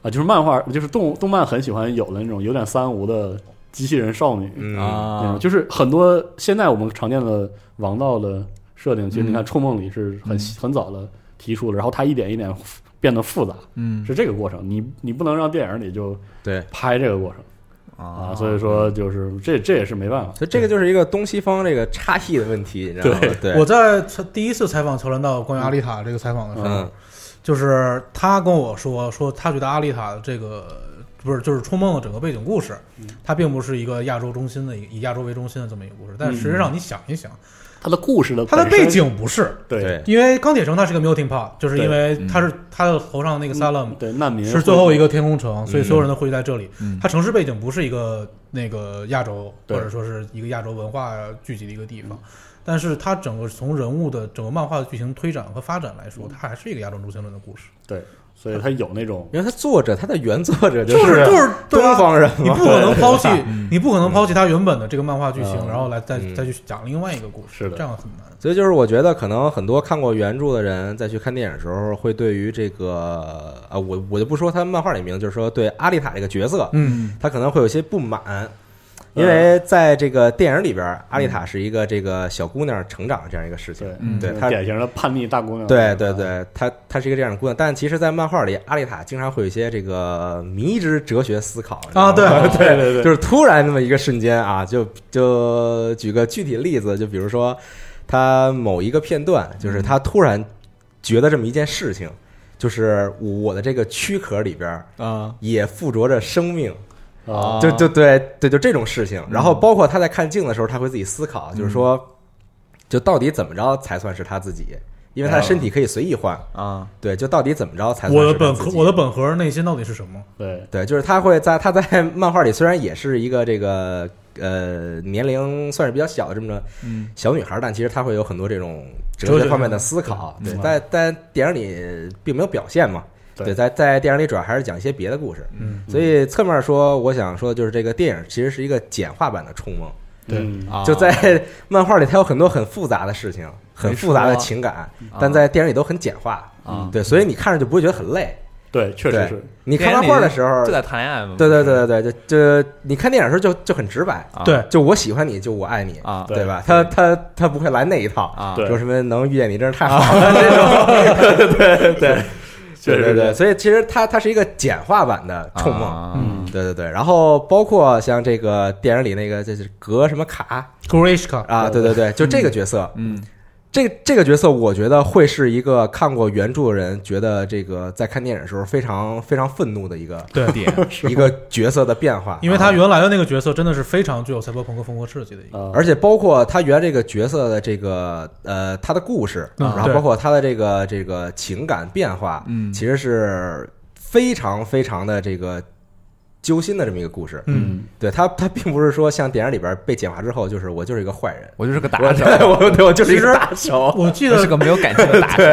啊，就是漫画，就是动动漫很喜欢有的那种有点三无的机器人少女，嗯啊嗯，，就是很多现在我们常见的王道的设定，其实你看《冲梦》里是很、嗯很早的提出了，然后它一点一点变得复杂，嗯是这个过程。你你不能让电影里就对。拍这个过程啊，啊，所以说就是这这也是没办法。所以这个就是一个东西方这个差异的问题，你知道吗？对，我在采第一次采访乔兰道关于阿丽塔这个采访的时候，嗯就是他跟我说，说他觉得阿丽塔的这个不是就是《冲梦》的整个背景故事，它并不是一个亚洲中心的以以亚洲为中心的这么一个故事，但实际上你想一想，它的故事的它的本身背景不是，对对因为钢铁城它是个 melting pot，就是因为对它是它的头上那个 Salem 嗯对难民是最后一个天空城，所以所有人都汇聚在这里嗯。它城市背景不是一个那个亚洲或对者说是一个亚洲文化聚集的一个地方，但是它整个从人物的整个漫画的剧情推展和发展来说，它还是一个亚洲中心论的故事。对，所以它有那种因为他作者，他的原作啊者就是是就是对东啊方人你嘛，不可能抛弃对，你不可能抛弃它原本的这个漫画剧情，嗯然后来再嗯再去讲另外一个故事是，的这样很难。所以就是我觉得可能很多看过原著的人再去看电影的时候，会对于这个啊，我我就不说他漫画里名，就是说对阿丽塔这个角色，嗯，他可能会有些不满，因为在这个电影里边，阿丽塔是一个这个小姑娘成长这样一个事情对，嗯对那她典型的叛逆大姑娘，对对，对，她她是一个这样的姑娘，但其实，在漫画里，阿丽塔经常会有一些这个迷之哲学思考你知道吗啊对嗯对对对就是突然那么一个瞬间啊，就就举个具体例子，就比如说他某一个片段，嗯就是他突然觉得这么一件事情，就是我的这个躯壳里边儿啊也附着着生命，啊，嗯就就对对，就这种事情。然后包括他在看镜的时候，他会自己思考，就是说，就到底怎么着才算是他自己？因啊为他的身体可以随意换，啊，对，就到底怎么着才算我是的他本自核己我的本核内心到底是什么？对对，就是他会在他在 (laughs) 漫画里虽然也是一个这个呃年龄算是比较小的这么着嗯小女孩，但其实她会有很多这种哲哲学学方面的上思考。对对嗯，但但电影里并没有表现嘛。对对，在在电影里主要还是讲一些别的故事。嗯，所以侧面说，我想说的就是这个电影其实是一个简化版的《冲梦对嗯啊》，就在 (laughs) 漫画里它有很多很复杂的事情，很复杂的情感，但在电影里都很简化。啊，对，所以你看着就不会觉得很累。对，确实对是，，你看漫画的时候就，在谈恋爱嘛，对对对对对，就就你看电影的时候就就很直白，啊对，就我喜欢你，就我爱你啊对吧？他他他不会来那一套，啊，对啊说什么能遇见你真是太好 (laughs) 了那种， (laughs) 对对对确实对是对，所以其实它它是一个简化版的啊冲梦，梦，对对对。然后包括像这个电影里那个就是格什么卡 Grishka，啊，对对对，就这个角色，嗯这这个角色我觉得会是一个看过原著的人觉得这个在看电影的时候非常非常愤怒的一个对，点一个角色的变化，因为他原来的那个角色真的是非常具有赛博朋克风格设计的一个。啊而且包括他原来这个角色的这个呃他的故事，嗯然后对包括他的这个这个情感变化，嗯其实是非常非常的这个揪心的这么一个故事。嗯，对他，他并不是说像电影里边被简化之后，就是我就是一个坏人，我就是个打我手，对我对我就是一其个实大哦手。我记我是得个没有感情的打手。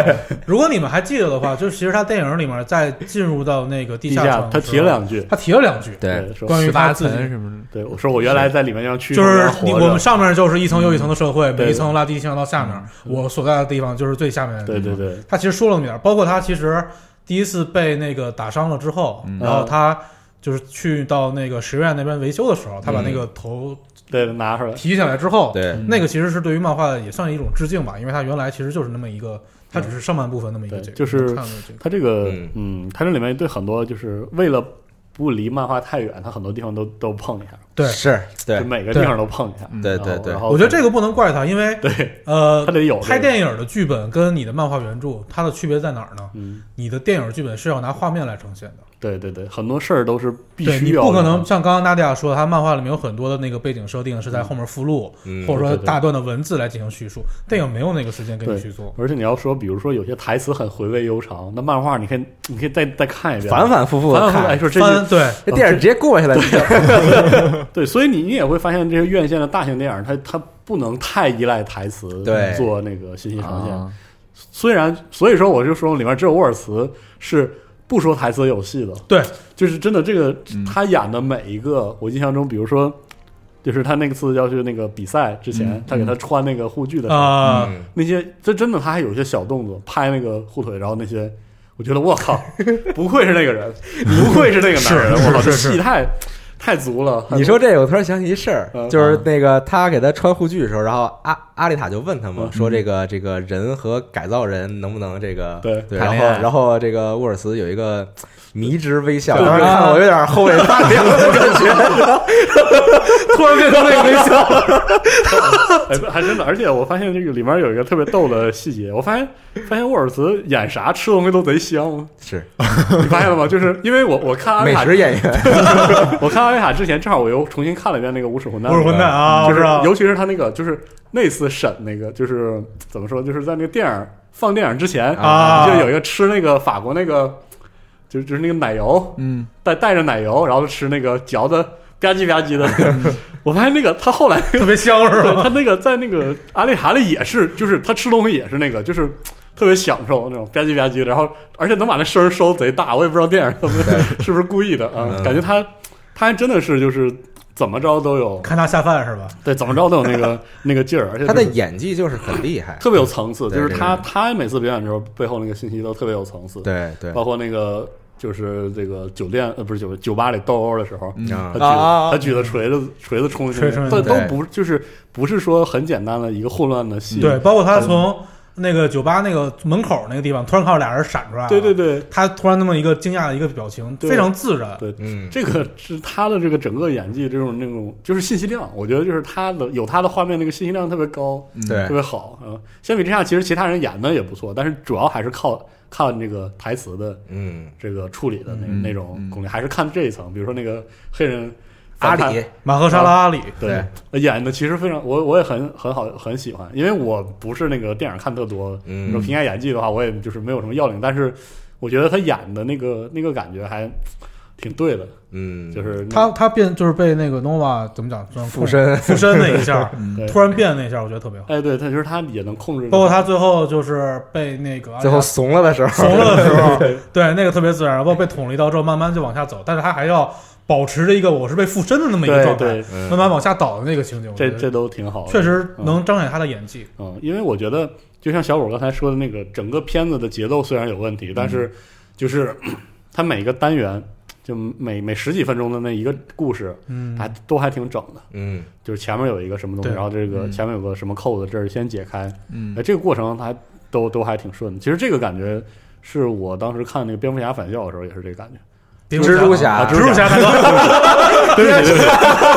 如果你们还记得的话，就是其实他电影里面在进入到那个地地下城，他提了，两句，他提了两句，对，说关于十他八自层己，什么的，对我说我原来在里面要去，就是你你我们上面就是一层又一层的社会，嗯对嗯每一层拉低一层到下面，我所在的地方就是最下面的地对方。对对，他其实说了那么点儿，包括他其实第一次被那个打伤了之后，嗯然后他就是去到那个实院那边维修的时嗯候，他把那个头对拿出来，提下来之后，对那个其实是对于漫画也算一种致敬吧，因为他原来其实就是那么一个，他只是上半部分那么一个对结构，就是看的这个他这个嗯嗯，他这里面对很多就是为了不离漫画太远，他很多地方都都碰一下，对。是，对就，每个地方都碰一下。对然后对对然后我觉得这个不能怪他，因为对呃他，得有这个拍电影的剧本跟你的漫画原著它的区别在哪儿呢？嗯，你的电影剧本是要拿画面来呈现的，对对对，很多事儿都是必对须你要不可能像刚刚娜迪亚说的，他漫画里面有很多的那个背景设定是在后面附录，嗯或者说对对对大段的文字来进行叙述。电影没有那个时间给你去做。而且你要说，比如说有些台词很回味悠长，那漫画你可以你可以再再看一遍，反反复复反的反复复哎看，说这翻些对这电影直接过去了，对，所以你你也会发现这些院线的大型电影，它它不能太依赖台词对做那个信息呈现。啊虽然所以说我就说里面只有沃尔茨是不说台词有戏的，对，就是真的这个嗯他演的每一个，我印象中，比如说。就是他那次要去那个比赛之前，嗯他给他穿那个护具的时候，啊，嗯那些这真的他还有一些小动作，拍那个护腿，然后那些，我觉得 (laughs) 我靠，不愧是那个人，不愧是那个男人，是我靠，是这是戏太太足了。嗯你说这个，我突然想起一事儿嗯，就是那个他给他穿护具的时候，然后阿阿丽塔就问他嗯嘛，说这个这个人和改造人能不能这个对然谈后恋爱然后这个沃尔茨有一个迷之微笑，对当啊时看我有点后背 (laughs) 发凉的感觉， (laughs) 突然变成那个微笑了，哎，不还真的，而且我发现这个里面有一个特别逗的细节，我发现发现沃尔茨演啥吃东西都贼香，是你发现了吗？就是因为我我看阿丽美塔，食演员， (laughs) 我看阿丽塔之前，正好我又重新看了一遍那个《无耻混 (laughs) 蛋》，不是混蛋啊，嗯我就是知道。尤其是他那个，就是那次审那个，就是怎么说，就是在那个电影放电影之前啊就有一个吃那个法国那个，就就是那个奶油，嗯，带带着奶油，然后吃那个嚼的吧唧吧唧的。 (laughs) 我发现那个他后来， (laughs) 特别香是对吧？他那个在那个阿丽塔里也是，就是他吃东西也是那个，就是。特别享受那种吧唧吧唧，然后而且能把那声儿收贼大，我也不知道电影他们是不是故意的啊、嗯感觉他他还真的是就是怎么着都有看他下饭是吧？对，怎么着都有那 (laughs) 个那个劲儿，而 (laughs) 且他的就是演技就是很厉害，特别有层次，对就是对他他每次表演的时候，背后那个信息都特别有层次，，对对包括那个就是这个酒店呃不是酒酒吧里斗殴的时候，嗯啊他举啊啊啊他举着锤子锤子冲进去锤冲，进都去都对不就是不是说很简单的一个混乱的戏，对，包括他嗯从那个酒吧那个门口那个地方，突然看到俩人闪出来，对对，对他突然那么一个惊讶的一个表情，对非常自然。对，嗯，这个是他的这个整个演技这种那种就是信息量，我觉得就是他的有他的画面那个信息量特别高，嗯对特别好啊。相比之下，其实其他人演的也不错，但是主要还是靠看这个台词的嗯，这个处理的那、嗯那种功力，还是看这一层。比如说那个黑人阿反里派，马赫沙拉阿里，对演的其实非常，我我也很很好很喜欢，因为我不是那个电影看特多，嗯你说评价演技的话，我也就是没有什么要领，但是我觉得他演的那个那个感觉还挺对的，嗯，就是那他他变就是被那个 nova 怎么讲附身，附身那一下，对突然变那一下，我觉得特别好。哎，对他就是他也能控制，包括他最后就是被那个最后怂了的时候， (laughs) 怂了的时 (laughs) 候，对那个特别自然，包括被捅了一刀之后，慢慢就往下走，但是他还要保持着一个我是被附身的那么一个对状态，对，嗯慢慢往下倒的那个情景，我这觉得这都挺好的，确实能彰显他的演技。嗯，因为我觉得，就像小五刚才说的那个，整个片子的节奏虽然有问题，但是就是咳它每个单元，就每每十几分钟的那一个故事，嗯，还都还挺整的。嗯，就是前面有一个什么东西，对然后这个嗯前面有个什么扣子，这儿先解开，嗯哎，这个过程它还都都还挺顺的。其实这个感觉是我当时看那个蝙蝠侠返校的时候也是这个感觉。蜘蛛侠啊蜘蛛侠大哥， (laughs) 对不起，对不起，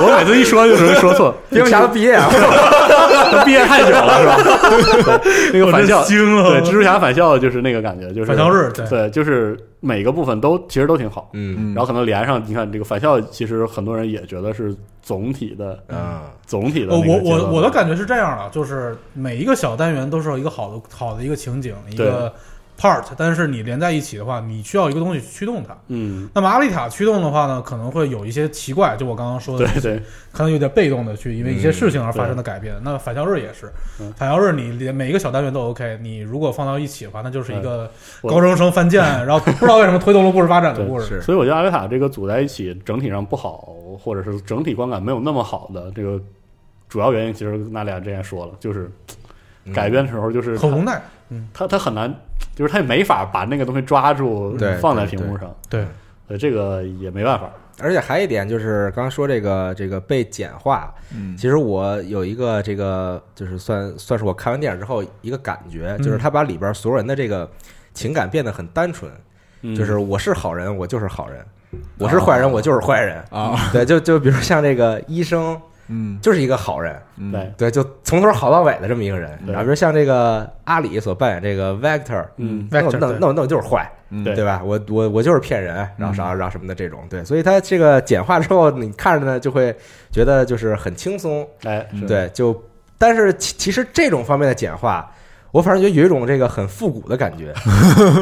我每次一说就是说错，蝙蝠侠都毕业了， (laughs) 都毕业太久了是吧？ (laughs) 对那个返校我真惊了 (laughs) 对，蜘蛛侠返校就是那个感觉，就是反校日，对对，就是每个部分都其实都挺好。嗯嗯，然后可能连上，你看这个返校，其实很多人也觉得是总体的，嗯总体的哦我那个我结论。我我的感觉是这样的，就是每一个小单元都是有一个好的好的一个情景，一对个 part，但是你连在一起的话，你需要一个东西驱动它。嗯，那么阿丽塔驱动的话呢，可能会有一些奇怪，就我刚刚说的对，对，可能有点被动的去因为一些事情而发生的改变。那反校日也是嗯，反校日你连每一个小单元都 OK，你如果放到一起的话，那就是一个我高中生犯贱，嗯然后不知道为什么推动了故事发展的故事。是所以我觉得阿维塔这个组在一起整体上不好，或者是整体观感没有那么好的这个主要原因，其实娜俩之前说了，就是嗯改编的时候就是很无奈，他他很难，就是他也没法把那个东西抓住对放在屏幕上，对，所以这个也没办法。而且还有一点就是，刚刚说这个这个被简化，嗯其实我有一个这个就是算算是我看完电影之后一个感觉，嗯就是他把里边所有人的这个情感变得很单纯，嗯就是我是好人，我就是好人；我是坏人，我就是坏人。啊，对，就就比如像这个医生嗯，就是一个好人，嗯对，对，就从头好到尾的这么一个人。对然后比如像这个阿里所扮演这个 Vector，嗯那我 Vector，那我对那我那我就是坏，嗯对对吧？我我我就是骗人，然后啥然后什么的这种，对，所以它这个简化之后，你看着呢就会觉得就是很轻松，哎，是，对，就但是其其实这种方面的简化。我反正觉得有一种这个很复古的感 (laughs) 觉，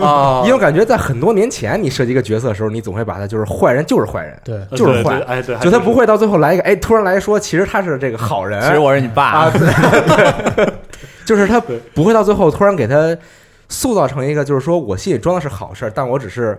哦 (laughs) 因啊为我感觉在很多年前你设计一个角色的时候，你总会把他就是坏人就是坏人，对，对就是对坏哎，对，就他还不会到最后来一个，哎，突然来说其实他是这个好人，其实我是你啊，爸，对， (laughs) 就是他对不会到最后突然给他塑造成一个，就是说我心里装的是好事儿，但我只是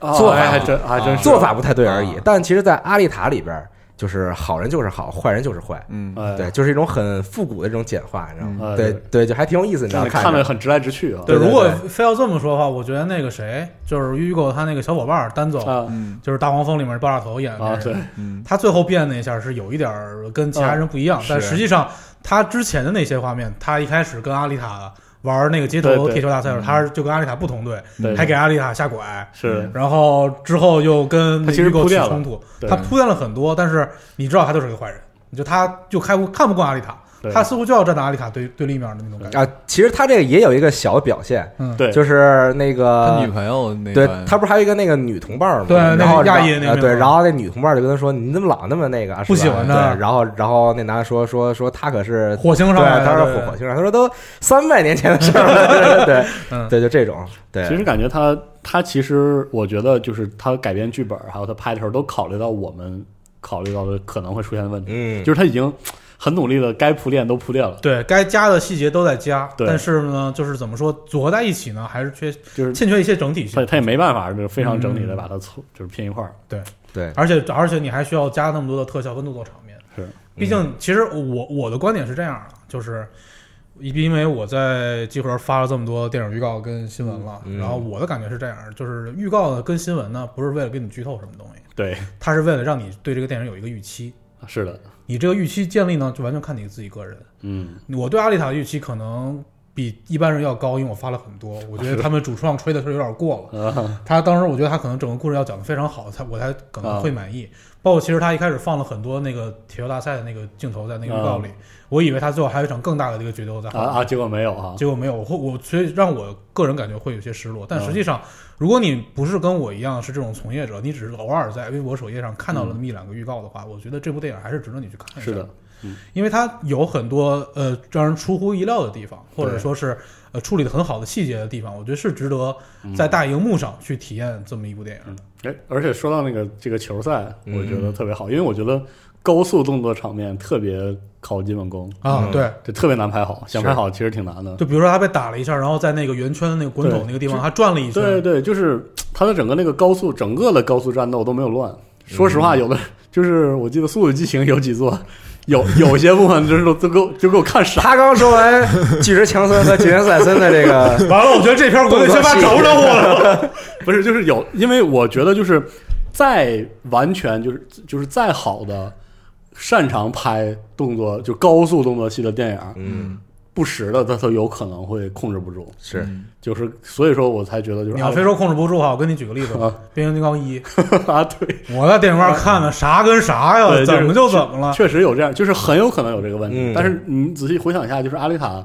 啊做法哎还真还真是做，法不太对而已啊。但其实，在阿丽塔里边儿，就是好人就是好，坏人就是坏，嗯哎对，，就是一种很复古的这种简化，你知道吗？哎对对，就还挺有意思，你知道吗看看着看着着很直来直去啊，对对如果对非要这么说的话，我觉得那个谁，就是 Hugo 他那个小伙伴儿丹总，啊嗯就是《大黄蜂》里面爆炸头演的那啊，人对，嗯他最后变那一下是有一点儿跟其他人不一样，嗯但是实际上他之前的那些画面，他一开始跟阿丽塔玩那个街对头对嗯铁球大赛的时候，他就跟阿丽塔不同队，对还给阿丽塔下拐，嗯是然后之后又跟他其实 Hugo 铺垫起了冲突，对他铺垫了很多，但是你知道他就是个坏人，你就他就看不看不惯阿丽塔，对他似乎就要站在阿丽塔对对立面的那种感觉，啊，其实他这个也有一个小的表现，嗯，对，就是那他个女。朋友那呃对段他不是还有一个那个女同伴儿吗？对那个然后亚裔那啊边对，吗然后那女同伴儿就跟他说：“你怎么老那么那个啊？不是吧喜欢对他，然后，然后那男的说：“说说他可是火星上来对，的，他是对火火，星人，他说都三百年前的事儿了， (laughs) 对嗯对对，就这种，对，其实感觉他他其实我觉得就是他改编剧本还有他拍的时候都考虑到我们考虑到的可能会出现的问题，嗯，就是他已经很努力的该铺垫都铺垫了，对该加的细节都在加，对但是呢，就是怎么说，组合在一起呢，还是缺就是欠缺一些整体性他。他也没办法就是非常整嗯体的把它凑就是拼一块儿，对，而且而且你还需要加那么多的特效跟动作场面。是，毕竟其实我我的观点是这样的，啊就是因为我在集合发了这么多电影预告跟新闻了，嗯然后我的感觉是这样，就是预告呢跟新闻呢不是为了给你剧透什么东西，对，它是为了让你对这个电影有一个预期。是的，你这个预期建立呢，就完全看你自己个人。嗯，我对阿丽塔的预期可能比一般人要高，因为我发了很多。我觉得他们主创吹的是有点过了。嗯啊，他当时我觉得他可能整个故事要讲得非常好，才我才可能会满意。包括其实他一开始放了很多那个铁球大赛的那个镜头在那个预告里，我以为他最后还有一场更大的这个决斗在后啊面，啊，结果没有啊，结果没有。我会我所以让我个人感觉会有些失落。但嗯实际上，如果你不是跟我一样是这种从业者，你只是偶尔在微博首页上看到了那么一两个预告的话，我觉得这部电影还是值得你去看一下。嗯是的，因为它有很多呃让人出乎意料的地方，或者说是呃处理的很好的细节的地方，我觉得是值得在大荧幕上去体验这么一部电影的。哎，而且说到那个这个球赛，嗯我觉得特别好，因为我觉得高速动作场面特别考基本功，啊嗯，对，这特别难拍好，想是拍好其实挺难的，就比如说他被打了一下，然后在那个圆圈的那个滚筒对那个地方，他转了一圈，对对，就是他的整个那个高速，整个的高速战斗都没有乱。嗯说实话，有的就是我记得《速度与激情》有几座，有有些部分就是都都给我就给我看傻。他刚说完巨石强森和吉恩塞森的这 (laughs) (laughs) 个，完了，我觉得这片国内先把找着我了。不是，就是有，因为我觉得就是再完全就是就是再好的擅长拍动作就高速动作戏的电影，嗯，不时的他都有可能会控制不住。是嗯就是所以说我才觉得就是你要非说控制不住哈，我跟你举个例子吧，啊《变形金刚一》， (laughs) 啊，对，我在电影院看的啥跟啥呀，对就是怎么就怎么了？确实有这样，就是很有可能有这个问题。嗯但是你仔细回想一下，就是阿丽塔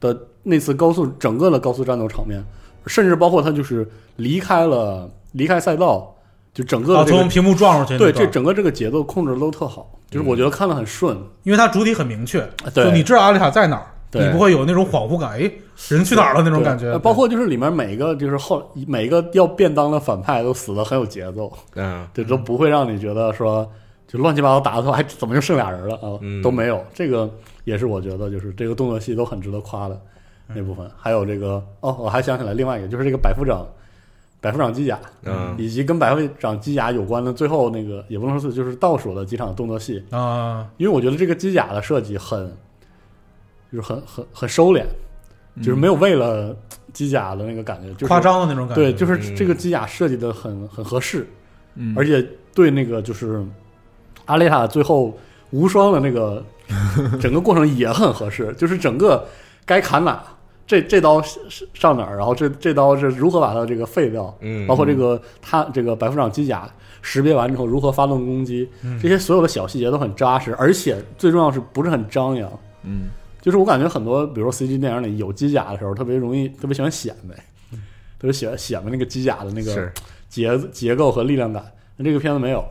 的那次高速，整个的高速战斗场面，甚至包括他就是离开了离开赛道，就整个啊，的这个、从屏幕撞上去那对段，这整个这个节嗯奏控制得都特好，就是我觉得看得很顺。因为它主体很明确，对就你知道阿丽塔在哪儿，对你不会有那种恍惚感，哎，人去哪儿了那种感觉呃。包括就是里面每一个就是后每一个要便当的反派都死的很有节奏，嗯这都不会让你觉得说就乱七八糟打的时候，哎，怎么就剩俩人了啊？嗯都没有，这个也是我觉得就是这个动作戏都很值得夸的嗯那部分。还有这个哦，我还想起来另外一个，就是这个百夫长，百夫长机甲，嗯以及跟百夫长机甲有关的最后那个也不能说是就是倒数的几场动作戏，啊，因为我觉得这个机甲的设计很就是很很很收敛，就是没有为了机甲的那个感觉，就是夸张的那种感觉。对，就是嗯这个机甲设计的很很合适，嗯，而且对那个就是阿丽塔最后无双的那个整个过程也很合适，就是整个该砍哪，这这刀是是上哪儿，然后这这刀是如何把它这个废掉，嗯，包括这个他这个百夫长机甲识别完之后如何发动攻击，这些所有的小细节都很扎实，而且最重要是不是很张扬。嗯就是我感觉很多，比如说 CG 电影里有机甲的时候，特别容易特别喜欢显摆，特别喜欢显摆那个机甲的那个是结结构和力量感。那这个片子没有，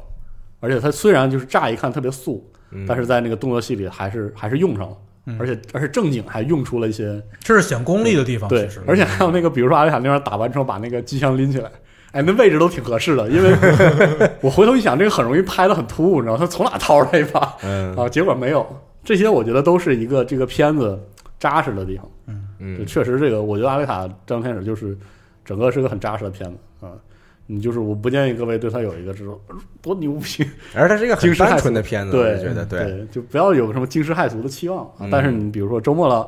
而且它虽然就是乍一看特别素，嗯但是在那个动作戏里还是还是用上了，嗯而且而且正经还用出了一些这是显功力的地方。对其实，而且还有那个比如说阿丽塔那边打完之后把那个机箱拎起来。哎，那位置都挺合适的，因为 (laughs) 我回头一想，这个很容易拍的很突兀，你知道吗他从哪掏出来一把？嗯啊，结果没有。这些我觉得都是一个这个片子扎实的地方。就嗯确实，这个我觉得《阿丽塔》这张开始就是整个是个很扎实的片子啊。你就是我不建议各位对它有一个这种多 (laughs) 牛逼，而它是一个很惊世骇俗单纯的片子，对我觉得对，对，就不要有什么惊世骇俗的期望啊嗯。但是你比如说周末了，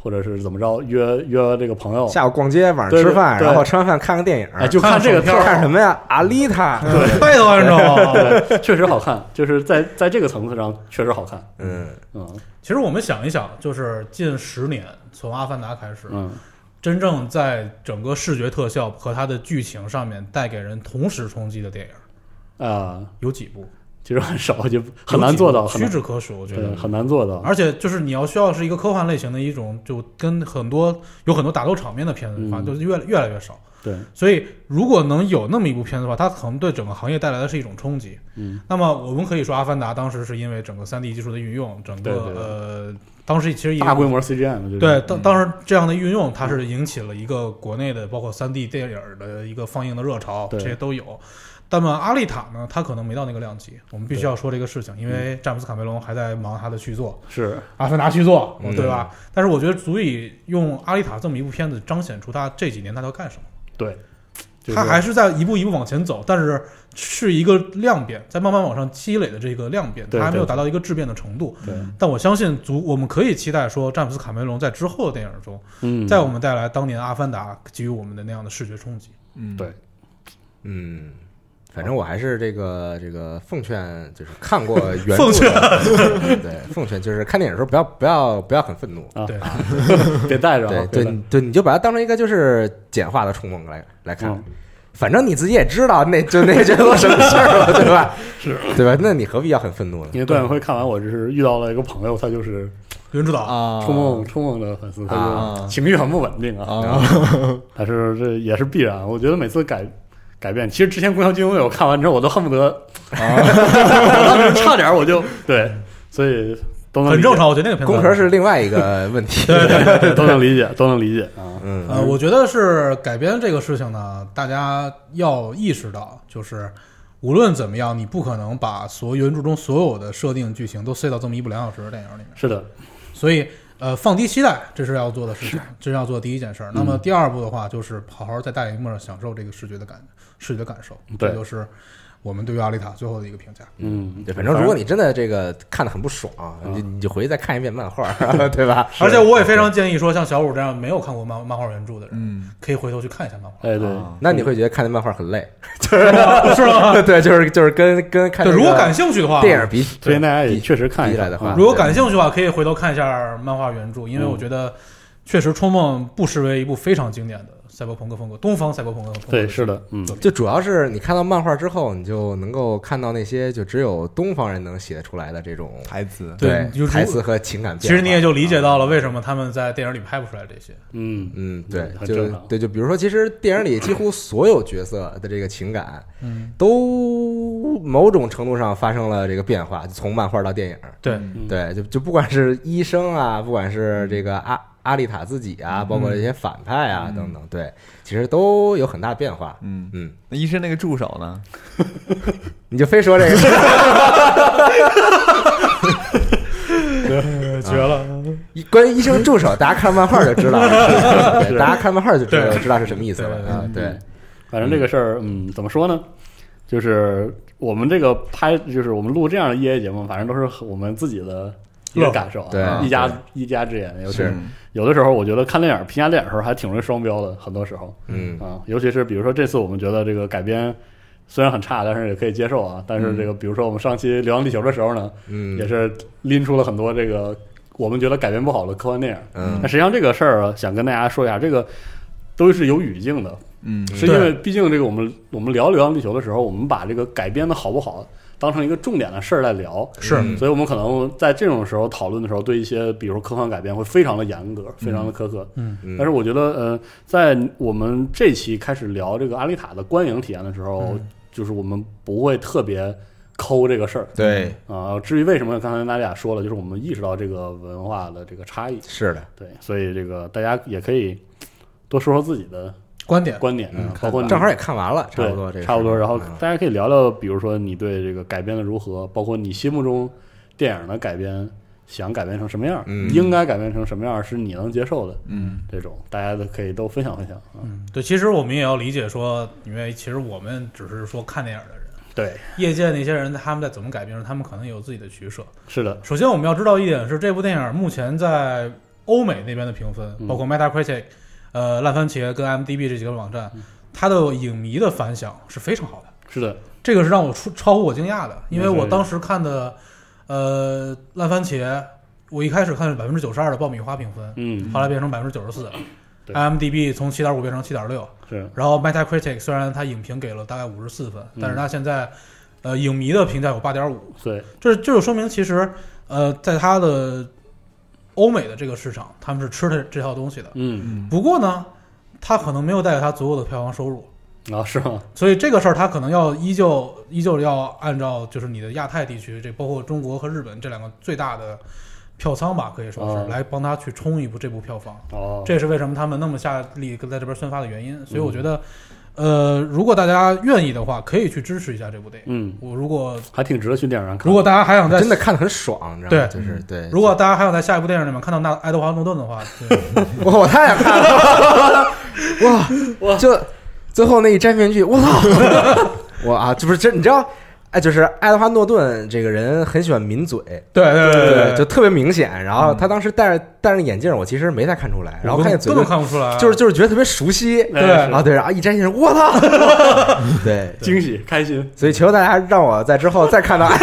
或者是怎么着，约约这个朋友，下午逛街，晚上对吃饭，对然后吃完饭看个电影，哎，就看看这个爽片片儿，看什么呀？阿丽塔，对，太多观众。对，确实好看，就是在在这个层次上确实好看。嗯嗯 (laughs) 其实我们想一想，就是近十年从《阿凡达》开始，嗯真正在整个视觉特效和它的剧情上面带给人同时冲击的电影啊，有几部？其实很少，就很难做嗯到，有几很部屈难指可数。我觉对得，很难做到。而且就是你要需要是一个科幻类型的一种，就跟很多有很多打斗场面的片子的话，嗯就是越来越来越少。对，所以，如果能有那么一部片子的话，它可能对整个行业带来的是一种冲击。嗯，那么我们可以说，《阿凡达》当时是因为整个 3D 技术的运用，整个对对对呃，当时其实也大规模 CGM 就是对，当当时这样的运用，它是引起了一个国内的包括三 D 电影的一个放映的热潮，这对些都有。那么《阿丽塔》呢，它可能没到那个量级，我们必须要说这个事情，因为詹姆斯·卡梅隆还在忙他的续作是《阿凡达》续作，嗯对吧？但是我觉得足以用《阿丽塔》这么一部片子彰显出他这几年他要干什么。对，就是他还是在一步一步往前走，但是是一个量变，在慢慢往上积累的这个量变，对它还没有对达到一个质变的程度。对，但我相信足，我们可以期待说，詹姆斯·卡梅隆在之后的电影中，嗯再为我们带来当年《阿凡达》给予我们的那样的视觉冲击。嗯对嗯。反正我还是这个这个奉劝，就是看过原著的，奉劝 (laughs) 对奉劝，就是看电影的时候不要不要不要很愤怒，啊对，别带着啊对，别对带你对，你就把它当成一个就是简化的冲动来来看，嗯反正你自己也知道那就那就都什么事儿了，对 (laughs) 吧？是，对吧？那你何必要很愤怒呢？因为段友辉看完我，就是遇到了一个朋友，他就是原著导，啊，冲梦冲梦的粉丝，他啊就情绪很不稳定啊，啊，但是这也是必然。我觉得每次改改变，其实之前《宫桥金庸》我看完之后，我都恨不得，啊、 (laughs) 差点我就对，所以都能很理解正，常，我觉得那个片子工程是另外一个问题，对都能理解，都能理解啊。嗯呃，我觉得是改编这个事情呢，大家要意识到，就是无论怎么样，你不可能把所有原著中所有的设定剧情都塞到这么一部两小时的电影里面。是的，所以呃，放低期待，这是要做的事情，这是要做的第一件事儿。那么第二步的话，就是好好在大荧幕上享受这个视觉的感视觉的感受，对这就是我们对于阿丽塔最后的一个评价。嗯，对，反正如果你真的这个看的很不爽，啊你你就回去再看一遍漫画， (laughs) 对吧？嗯而且我也非常建议说，像小五这样没有看过漫漫画原著的人，嗯，可以回头去看一下漫画，哎对，啊那你会觉得看那漫画很累， (laughs) 是 (laughs) 吧？对，就是就是跟跟看对，这如果个感兴趣的话，电影比推荐大家也比确实看一比下来的话啊如果感兴趣的话，可以回头看一下漫画原著，因为嗯我觉得确实《冲梦》不失为一部非常经典的赛博朋克风格，东方赛博朋克风格。对，是的，嗯，就主要是你看到漫画之后，你就能够看到那些就只有东方人能写出来的这种台词，对就如台词和情感变化。其实你也就理解到了为什么他们在电影里拍不出来这些。嗯嗯，对，很就正常对，就比如说，其实电影里几乎所有角色的这个情感，嗯，都某种程度上发生了这个变化，从漫画到电影。对，嗯，对，就就不管是医生啊，不管是这个阿阿丽塔自己嗯啊，包括这些反派啊、等等，对，其实都有很大变化。嗯，嗯，那医生那个助手呢？你就非 (laughs) 说这个，绝了。关于医生助手，大家看漫画就知道了， (laughs) 对，是大家看漫画就知道对知道是什么意思对了对啊。对嗯，反正这个事儿，嗯，怎么说呢？就是我们这个拍，就是我们录这样的 EA 节目，反正都是我们自己的一个乐感受啊，对一对家一家之言。尤其是嗯有的时候，我觉得看电影评价电影的时候还挺容易双标的，很多时候嗯啊，尤其是比如说这次我们觉得这个改编。虽然很差，但是也可以接受啊。但是这个，比如说我们上期《流浪地球》的时候呢，也嗯是拎出了很多这个我们觉得改编不好的科幻电影。嗯那实际上这个事儿啊，想跟大家说一下，这个都是有语境的，嗯是因为毕竟这个我们我们聊《流浪地球》的时候，我们把这个改编的好不好当成一个重点的事儿来聊，是嗯所以我们可能在这种时候讨论的时候，对一些比如科幻改编会非常的严格，非常的苛刻。嗯嗯但是我觉得，呃，在我们这期开始聊这个阿丽塔的观影体验的时候，嗯就是我们不会特别抠这个事儿对，啊、至于为什么，刚才娜俩说了，就是我们意识到这个文化的这个差异，是的，对，所以这个大家也可以多说说自己的观点，观点，嗯啊，包括你正好也看完了，差对不多这个差不多。事儿然后嗯大家可以聊聊，比如说你对这个改编的如何，包括你心目中电影的改编想改编成什么样，嗯应该改编成什么样是你能接受的嗯这种，大家都可以都分享分享啊。嗯，对，其实我们也要理解说，因为其实我们只是说看电影的人，对，业界那些人他们在怎么改编，他们可能也有自己的取舍。是的，首先，我们要知道一点是，这部电影目前在欧美那边的评分，嗯包括 Metacritic、呃烂番茄跟 MDB 这几个网站，嗯它的影迷的反响是非常好的。是的，这个是让我出超乎我惊讶的，因为没事我当时看的，呃，烂番茄，我一开始看是百分之九十二的爆米花评分，嗯，后来变成百分之九十四对，IMDB 从七点五变成七点六，是，然后 Metacritic 虽然它影评给了大概五十四分，嗯但是它现在，呃，影迷的评价有八点五，对，这这就说明其实，呃，在它的欧美的这个市场，他们是吃的这套东西的。嗯，嗯不过呢，它可能没有带给它足够的票房收入，啊，是吗？所以这个事儿它可能要依旧依旧要按照就是你的亚太地区，这包括中国和日本这两个最大的票仓吧，可以说是、哦来帮它去冲一步这部票房。哦，这也是为什么他们那么下力跟在这边宣发的原嗯因。所以我觉得，呃，如果大家愿意的话，可以去支持一下这部电影。嗯，我如果还挺值得去电影院看。如果大家还想在真的看得很爽，你知道吗？对就是对，如果大家还想在下一部电影里面看到那爱德华诺顿 (laughs) 的话，对哇，我太想看了，哇，就最后那一摘面具，我操， (laughs) 我啊，这不是这你知道，哎，就是爱德华诺顿这个人很喜欢抿嘴，对对嗯就特别明显。然后他当时戴着戴着眼镜，我其实没太看出来，然后看见嘴根就本看不出来，就是就是觉得特别熟悉，哎对是啊对，然后一摘眼镜，我操， (laughs) 对，惊喜开心， (laughs) 所以求求大家让我在之后再看到爱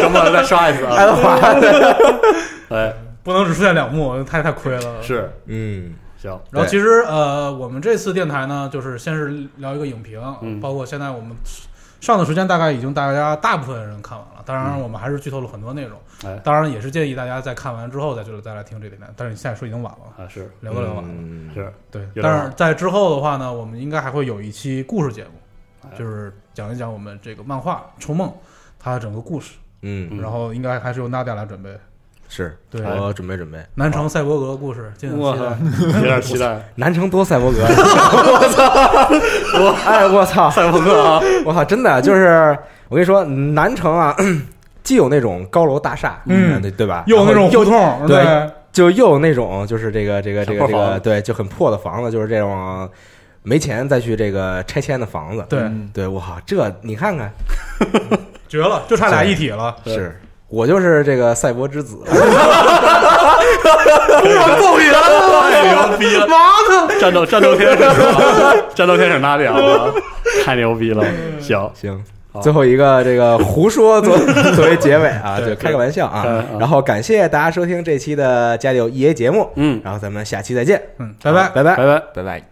周末再刷一次爱 (laughs) 啊！德 (laughs) 华，哎，不能只出现两幕，太太亏了。是嗯哎行，然后对其实呃，我们这次电台呢，就是先是聊一个影评，嗯包括现在我们上的时间大概已经大家大部分人看完了，当然我们还是剧透了很多内容，嗯哎当然也是建议大家在看完之后再就是再来听这电台，但是你现在说已经晚了，啊，是聊都聊晚了。嗯是，对，有点但晚是在之后的话呢，我们应该还会有一期故事节目哎，就是讲一讲我们这个漫画《冲梦》它的整个故事，嗯嗯哎然后应该还是由娜迪亚来准备。是，对，我准备准备。南城赛博格故事，敬请哇期 (laughs) 待。有点期待。南城多赛博格，我操！我哎，我操！赛博朋克啊，我操！真的就是，我跟你说，南城啊， (clears throat) 既有那种高楼大厦，嗯对对吧？又有那种然后胡同，对对，就又有那种就是这个这个这个小这个破房对，就很破的房子，就是这种没钱再去这个拆迁的房子。对嗯对，我靠，这你看看，绝了，就差俩一体了。对是我就是这个赛博之子，啊够赢太牛逼了！妈的，哎战斗 (laughs) 战斗天使，战斗天使哪里啊？太牛逼了！行，行，最后一个这个胡说作作为结尾啊，就开个玩笑啊嗯。嗯然后感谢大家收听这期的《家里有 EA》节目，嗯，然后咱们下期再见，嗯，拜拜。拜拜拜。拜。拜拜。